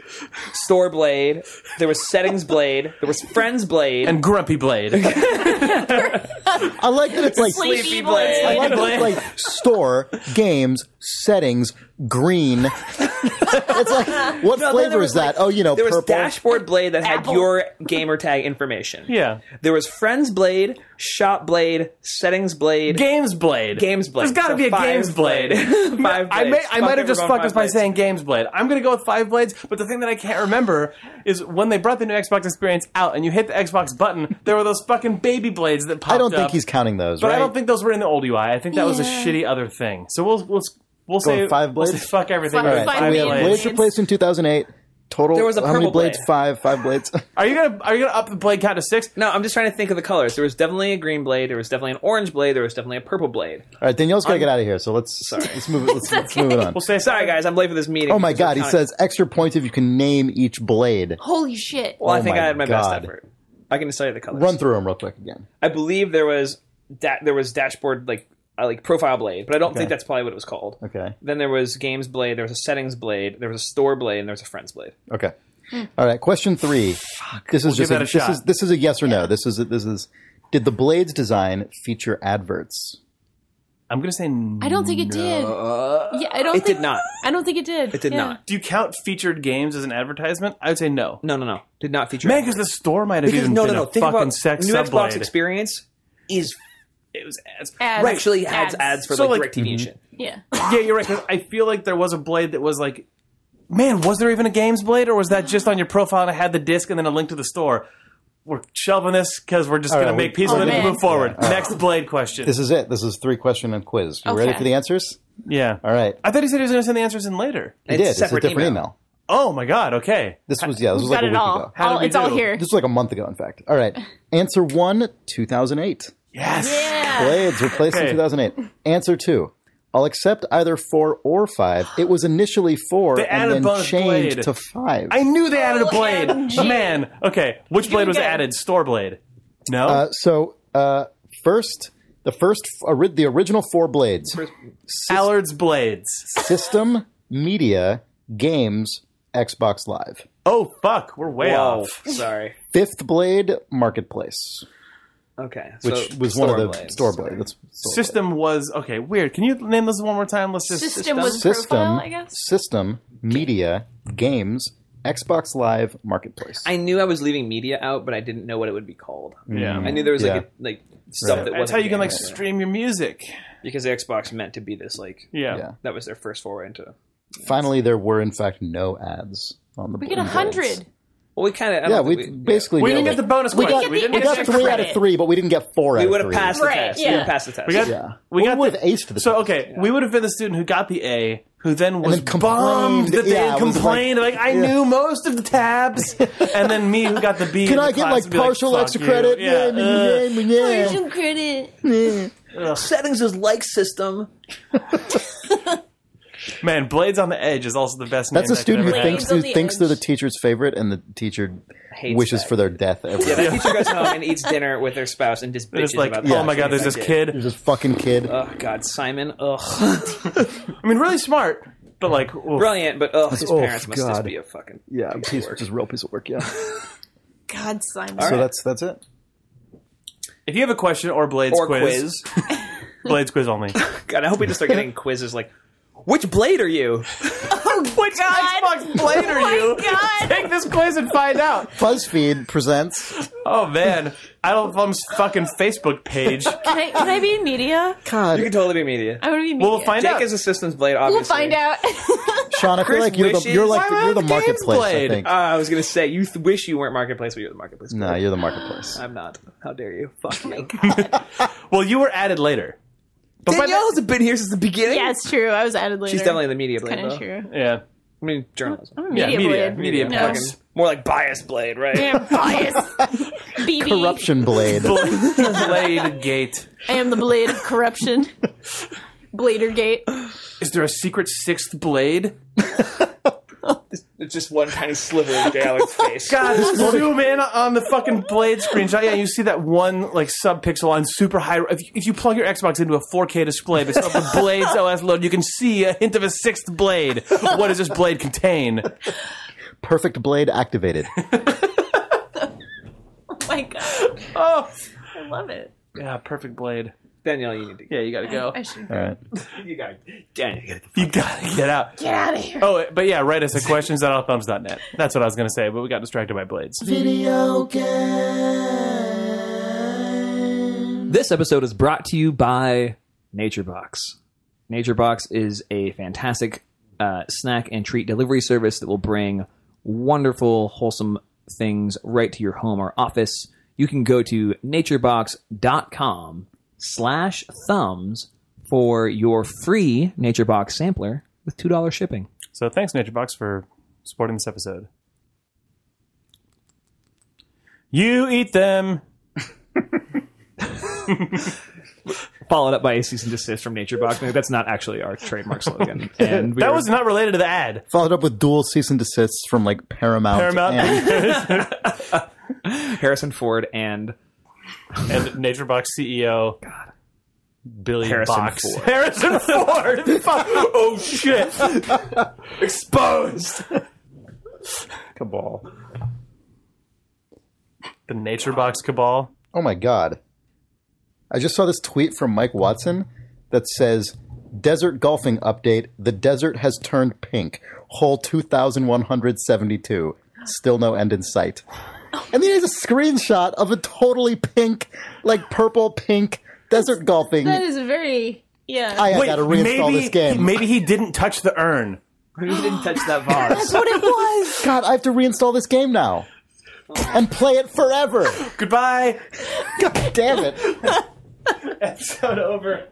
H: Store Blade, there was Settings Blade, there was Friends Blade,
B: And Grumpy Blade.
F: I like that it's like
D: Sleepy,
H: Sleepy
D: Blade.
F: I
H: Blade.
F: like that it's like store games settings green. it's like what
H: No, then there
F: flavor
H: was,
F: is that?
H: like-
F: oh, you know,
H: There was
F: purple.
H: Dashboard Blade that had
D: Apple.
H: your gamer tag information.
B: yeah.
H: There was Friends Blade, Shop Blade, Settings Blade,
B: Games Blade.
H: Games Blade.
B: There's got to
H: So
B: be a
H: five
B: Games Blade.
H: five
B: I may,
H: blades.
B: I
H: Fuck
B: might
H: it,
B: have just
H: we're going
B: fucked us
H: five
B: by
H: blades.
B: saying Games Blade. I'm going to go with five blades, but the thing that I can't remember is when they brought the new Xbox Experience out and you hit the Xbox button, there were those fucking baby blades that popped
F: I don't think
B: up.
F: he's counting those.
B: But
F: right?
B: I don't think those were in the old UI. I think that was a
D: Yeah.
B: shitty other thing. So we'll we'll we'll say
F: with five
B: we'll say
F: blades?
B: fuck everything.
D: Fine,
B: with
F: All
D: fine,
F: right, so
B: five
F: we have
D: Blades.
F: blades replaced in 2008. Total.
H: There was a
F: how many
H: purple blade.
F: blades? Five. Five blades.
B: Are you gonna are you gonna up the blade count to six?
H: No, I'm just trying to think of the colors. There was definitely a green blade. There was definitely an orange blade. There was definitely a purple blade.
F: All right, Danielle's got to get out of here. So let's let's move it. Let's, let's move it on.
B: We'll say
H: Sorry, guys, I'm late for this meeting.
F: Oh my
H: because we're
F: God! He
H: counting-
F: says extra points if you can name each blade.
D: Holy shit.
H: Well, I
F: Oh
H: think
F: my
H: I had my
F: God.
H: best effort. I can just tell you the colors.
F: Run through them real quick again.
H: I believe there was da- there was dashboard like uh, like profile blade, but I don't think that's probably what it was called.
F: Okay.
H: Then there was games blade, there was a settings blade, there was a store blade, and there was a friends blade.
F: Okay. All right. Question three. This is just
B: give
F: a,
B: that a
F: this
B: shot.
F: is this is a yes or no. This is this is. Did the blades design feature adverts?
B: I'm gonna say.
D: I don't think it did. Yeah, I don't.
A: It
D: think,
A: did not.
D: I don't think it did.
A: It did
D: Yeah.
A: not.
B: Do you count featured games as an advertisement? I would say no.
A: No, no, no. Did not feature.
B: Man, because the store might have
A: Because-
B: even
A: no, no,
B: been
A: no.
B: a
A: Think
B: fucking
A: about
B: sex
A: new Xbox
B: subblade.
A: experience is it was ads.
D: Ads.
A: Right, actually ads, ads,
D: Ads.
A: for
B: So,
A: like,
B: like-
F: Mhm.
A: Directv and shit.
D: Yeah.
B: yeah, you're right. 'cause I feel like there was a blade that was like, man, was there even a games blade, or was that just on your profile and I had the disc and then a link to the store? We're shelving this because we're just gonna
F: right,
B: make
F: we-
B: peace
D: Oh,
B: with it and
D: man.
B: move forward. Next blade question.
F: This is it. This is three question and quiz. You ready
D: Okay.
F: for the answers?
B: yeah.
F: All right.
B: I thought he said he was gonna send the answers in later.
F: He
A: It's
F: did.
A: a
F: It's a
A: separate
F: different email.
A: email.
B: Oh my god. Okay.
F: This was yeah. This was like
D: Got
F: a week
D: it all.
F: ago.
B: How did
D: all
B: we
D: it's all
B: do?
D: here.
F: This was like a month ago, in fact. All right. Answer one, 2008.
B: Yes.
D: yeah.
F: Blades replaced
B: Okay.
F: in 2008. Answer two. I'll accept either four or five. It was initially four
B: They added
F: and then
B: bonus
F: changed
B: blade.
F: to five.
B: I knew they added
D: Oh,
B: a blade.
D: OMG.
B: Man. Okay. Which blade was
D: good.
B: added? Store blade. No.
F: Uh, so uh, first, the first, ori- the original four blades:
B: Allard's blades.
F: system, media, games, Xbox Live.
B: Oh fuck, we're way
F: Oh,
A: Whoa,
B: off.
A: Oh, sorry.
F: Fifth blade, marketplace,
A: Okay,
F: which
A: so
F: was one of
A: store
F: the
A: blades.
F: store blade. That's store blade.
B: System was okay. Weird. Can you name this one more time? Let's just
D: System was
F: system,
D: profile, I guess.
F: system, media, games, Xbox Live, marketplace.
A: I knew I was leaving media out, but I didn't know what it would be called.
B: Yeah.
A: I knew there was like
F: Mm. Yeah.
A: a, like stuff that wasn't
B: That's how you can like
A: games.
B: stream your music.
A: because Xbox meant to be this like
B: Yeah.
F: Yeah.
A: that was their first foray into.
F: Finally, there were in fact no ads on the.
D: We get a
F: blades.
D: hundred.
A: Well, we kind of
F: Yeah, we basically
B: We didn't
F: nailed
B: get the
F: it.
B: bonus
D: We
B: question.
D: get
B: we
D: the
B: didn't
F: We
B: get
F: got
D: extra
F: three out of
D: credit.
F: three, but we didn't get four out
A: we
F: of
A: would
F: three.
A: have passed the
D: Right,
A: test. We
D: yeah.
A: would have passed the test.
B: We got,
F: Yeah.
B: we got
F: would
B: the-
F: have aced the
B: So
F: test.
B: okay, we would have been the student who got the A, who then was
F: then complained.
B: bummed that they
F: Yeah,
B: had
F: it was
B: complained. Like, I
F: yeah.
B: knew most of the tabs, and then me who got the B.
F: Can
B: in the
F: I get
B: class
F: like
B: would be like,
F: partial
B: "Fuck
F: extra
B: you."
F: credit?
B: Yeah. uh,
F: Yeah, yeah, yeah.
D: credit.
A: settings is like system.
B: man, Blades on the Edge is also the best.
F: That's
B: name
F: a student who
B: I could ever
F: thinks
D: on
F: who
D: the
F: thinks they're the
D: edge.
F: teacher's favorite, and the teacher
A: Hates
F: wishes
A: that.
F: for their death every
A: Yeah,
F: day.
A: the teacher goes home and eats dinner with their spouse and just bitches
B: have. It's like,
A: about. the
B: oh my
A: podcast
B: god, there's
A: I
B: this
A: did.
B: kid.
F: There's this fucking kid.
A: Oh god, Simon. Ugh,
B: I mean, really smart, but like, oof.
A: brilliant, but ugh, his
F: Oh,
A: parents must just
F: God.
A: be a fucking.
F: yeah, piece, just real piece of work. Yeah.
D: God, Simon.
F: So that's that's it.
B: if you have a question or Blades
A: Or
B: quiz,
A: quiz.
B: Blades quiz only.
A: God, I hope we just start getting quizzes like, which blade are you?
D: Which God.
B: Xbox Blade are you?
D: Oh my God.
B: Take this quiz and find out.
F: BuzzFeed presents.
B: Oh man, Adult Thumb's fucking Facebook page.
D: Can I, can I be in media?
A: You
F: God,
A: can totally be media.
D: I want to be in media.
B: We'll find
A: Jake
B: out.
A: is a systems blade. Obviously,
D: We'll find out.
F: Sean, I feel
A: Chris
F: like you're the
A: wishes-
F: you're like
B: Why am I
F: you're the
B: on the games
F: marketplace. I
B: blade?
F: think.
A: Uh, I was gonna say you th- wish you weren't marketplace, but you're the marketplace.
F: no,
A: blade.
F: you're the marketplace.
A: I'm not. How dare you? Fuck you.
B: Well, you were added later. But by
A: Danielle
B: that,
A: has been here since the beginning.
D: yeah, it's true. I was added later.
A: she's definitely the media blade.
D: kind
A: though.
D: of true.
B: yeah,
A: I mean, journalism.
D: I'm a
B: Yeah,
D: media,
B: media,
D: blade.
A: Media
D: No.
A: fucking more like bias blade, right?
D: I am biased. BB.
F: Corruption blade.
B: Blade Gate.
D: I am the blade of corruption. Bladergate. Oh
B: Is there a secret sixth blade?
A: It's just one tiny sliver of Galen's face.
B: God, zoom in on the fucking blade screenshot. Yeah, you see that one like subpixel on super high. If you, if you plug your Xbox into a 4K display that's up with Blade's OS load, you can see a hint of a sixth blade. What does this blade contain?
F: Perfect blade activated.
D: Oh my God.
B: Oh,
D: I love it.
B: yeah, perfect blade.
A: Danielle, you need to.
B: Yeah, you gotta go.
D: I should.
F: All right.
A: You got. Danielle, you gotta
B: You gotta get out.
D: Get out of here.
B: Oh, but yeah, write us at questions at allthumbs.net. That's what I was going to say, but we got distracted by blades.
E: Video game.
C: This episode is brought to you by NatureBox. NatureBox is a fantastic uh, snack and treat delivery service that will bring wonderful, wholesome things right to your home or office. You can go to naturebox.com slash thumbs for your free NatureBox sampler with $2 shipping.
B: So thanks, NatureBox, for supporting this episode. You eat them.
C: Followed up by a cease and desist from NatureBox. Maybe that's not actually our trademark slogan. And we
B: That
C: were-
B: was not related to the ad.
F: Followed up with dual cease and desists from like Paramount,
B: Paramount.
F: and
C: Harrison Ford and...
B: And NatureBox CEO. God. E Billy
C: Harrison
B: Box.
C: Ford.
B: Harrison Ford. Fuck. Oh, shit. Exposed.
F: Cabal.
B: The NatureBox cabal.
F: Oh my god. I just saw this tweet from Mike Watson that says Desert Golfing Update. The desert has turned pink. Hole 2172. Still no end in sight. And then there's a screenshot of a totally pink, like purple pink desert golfing.
D: That is a very yeah.
F: I have got to reinstall
B: maybe,
F: this game.
B: maybe he didn't touch the urn.
A: Maybe he didn't touch that vase.
F: what it was. God, I have to reinstall this game now and play it forever.
B: Goodbye.
F: God damn it.
A: Episode over.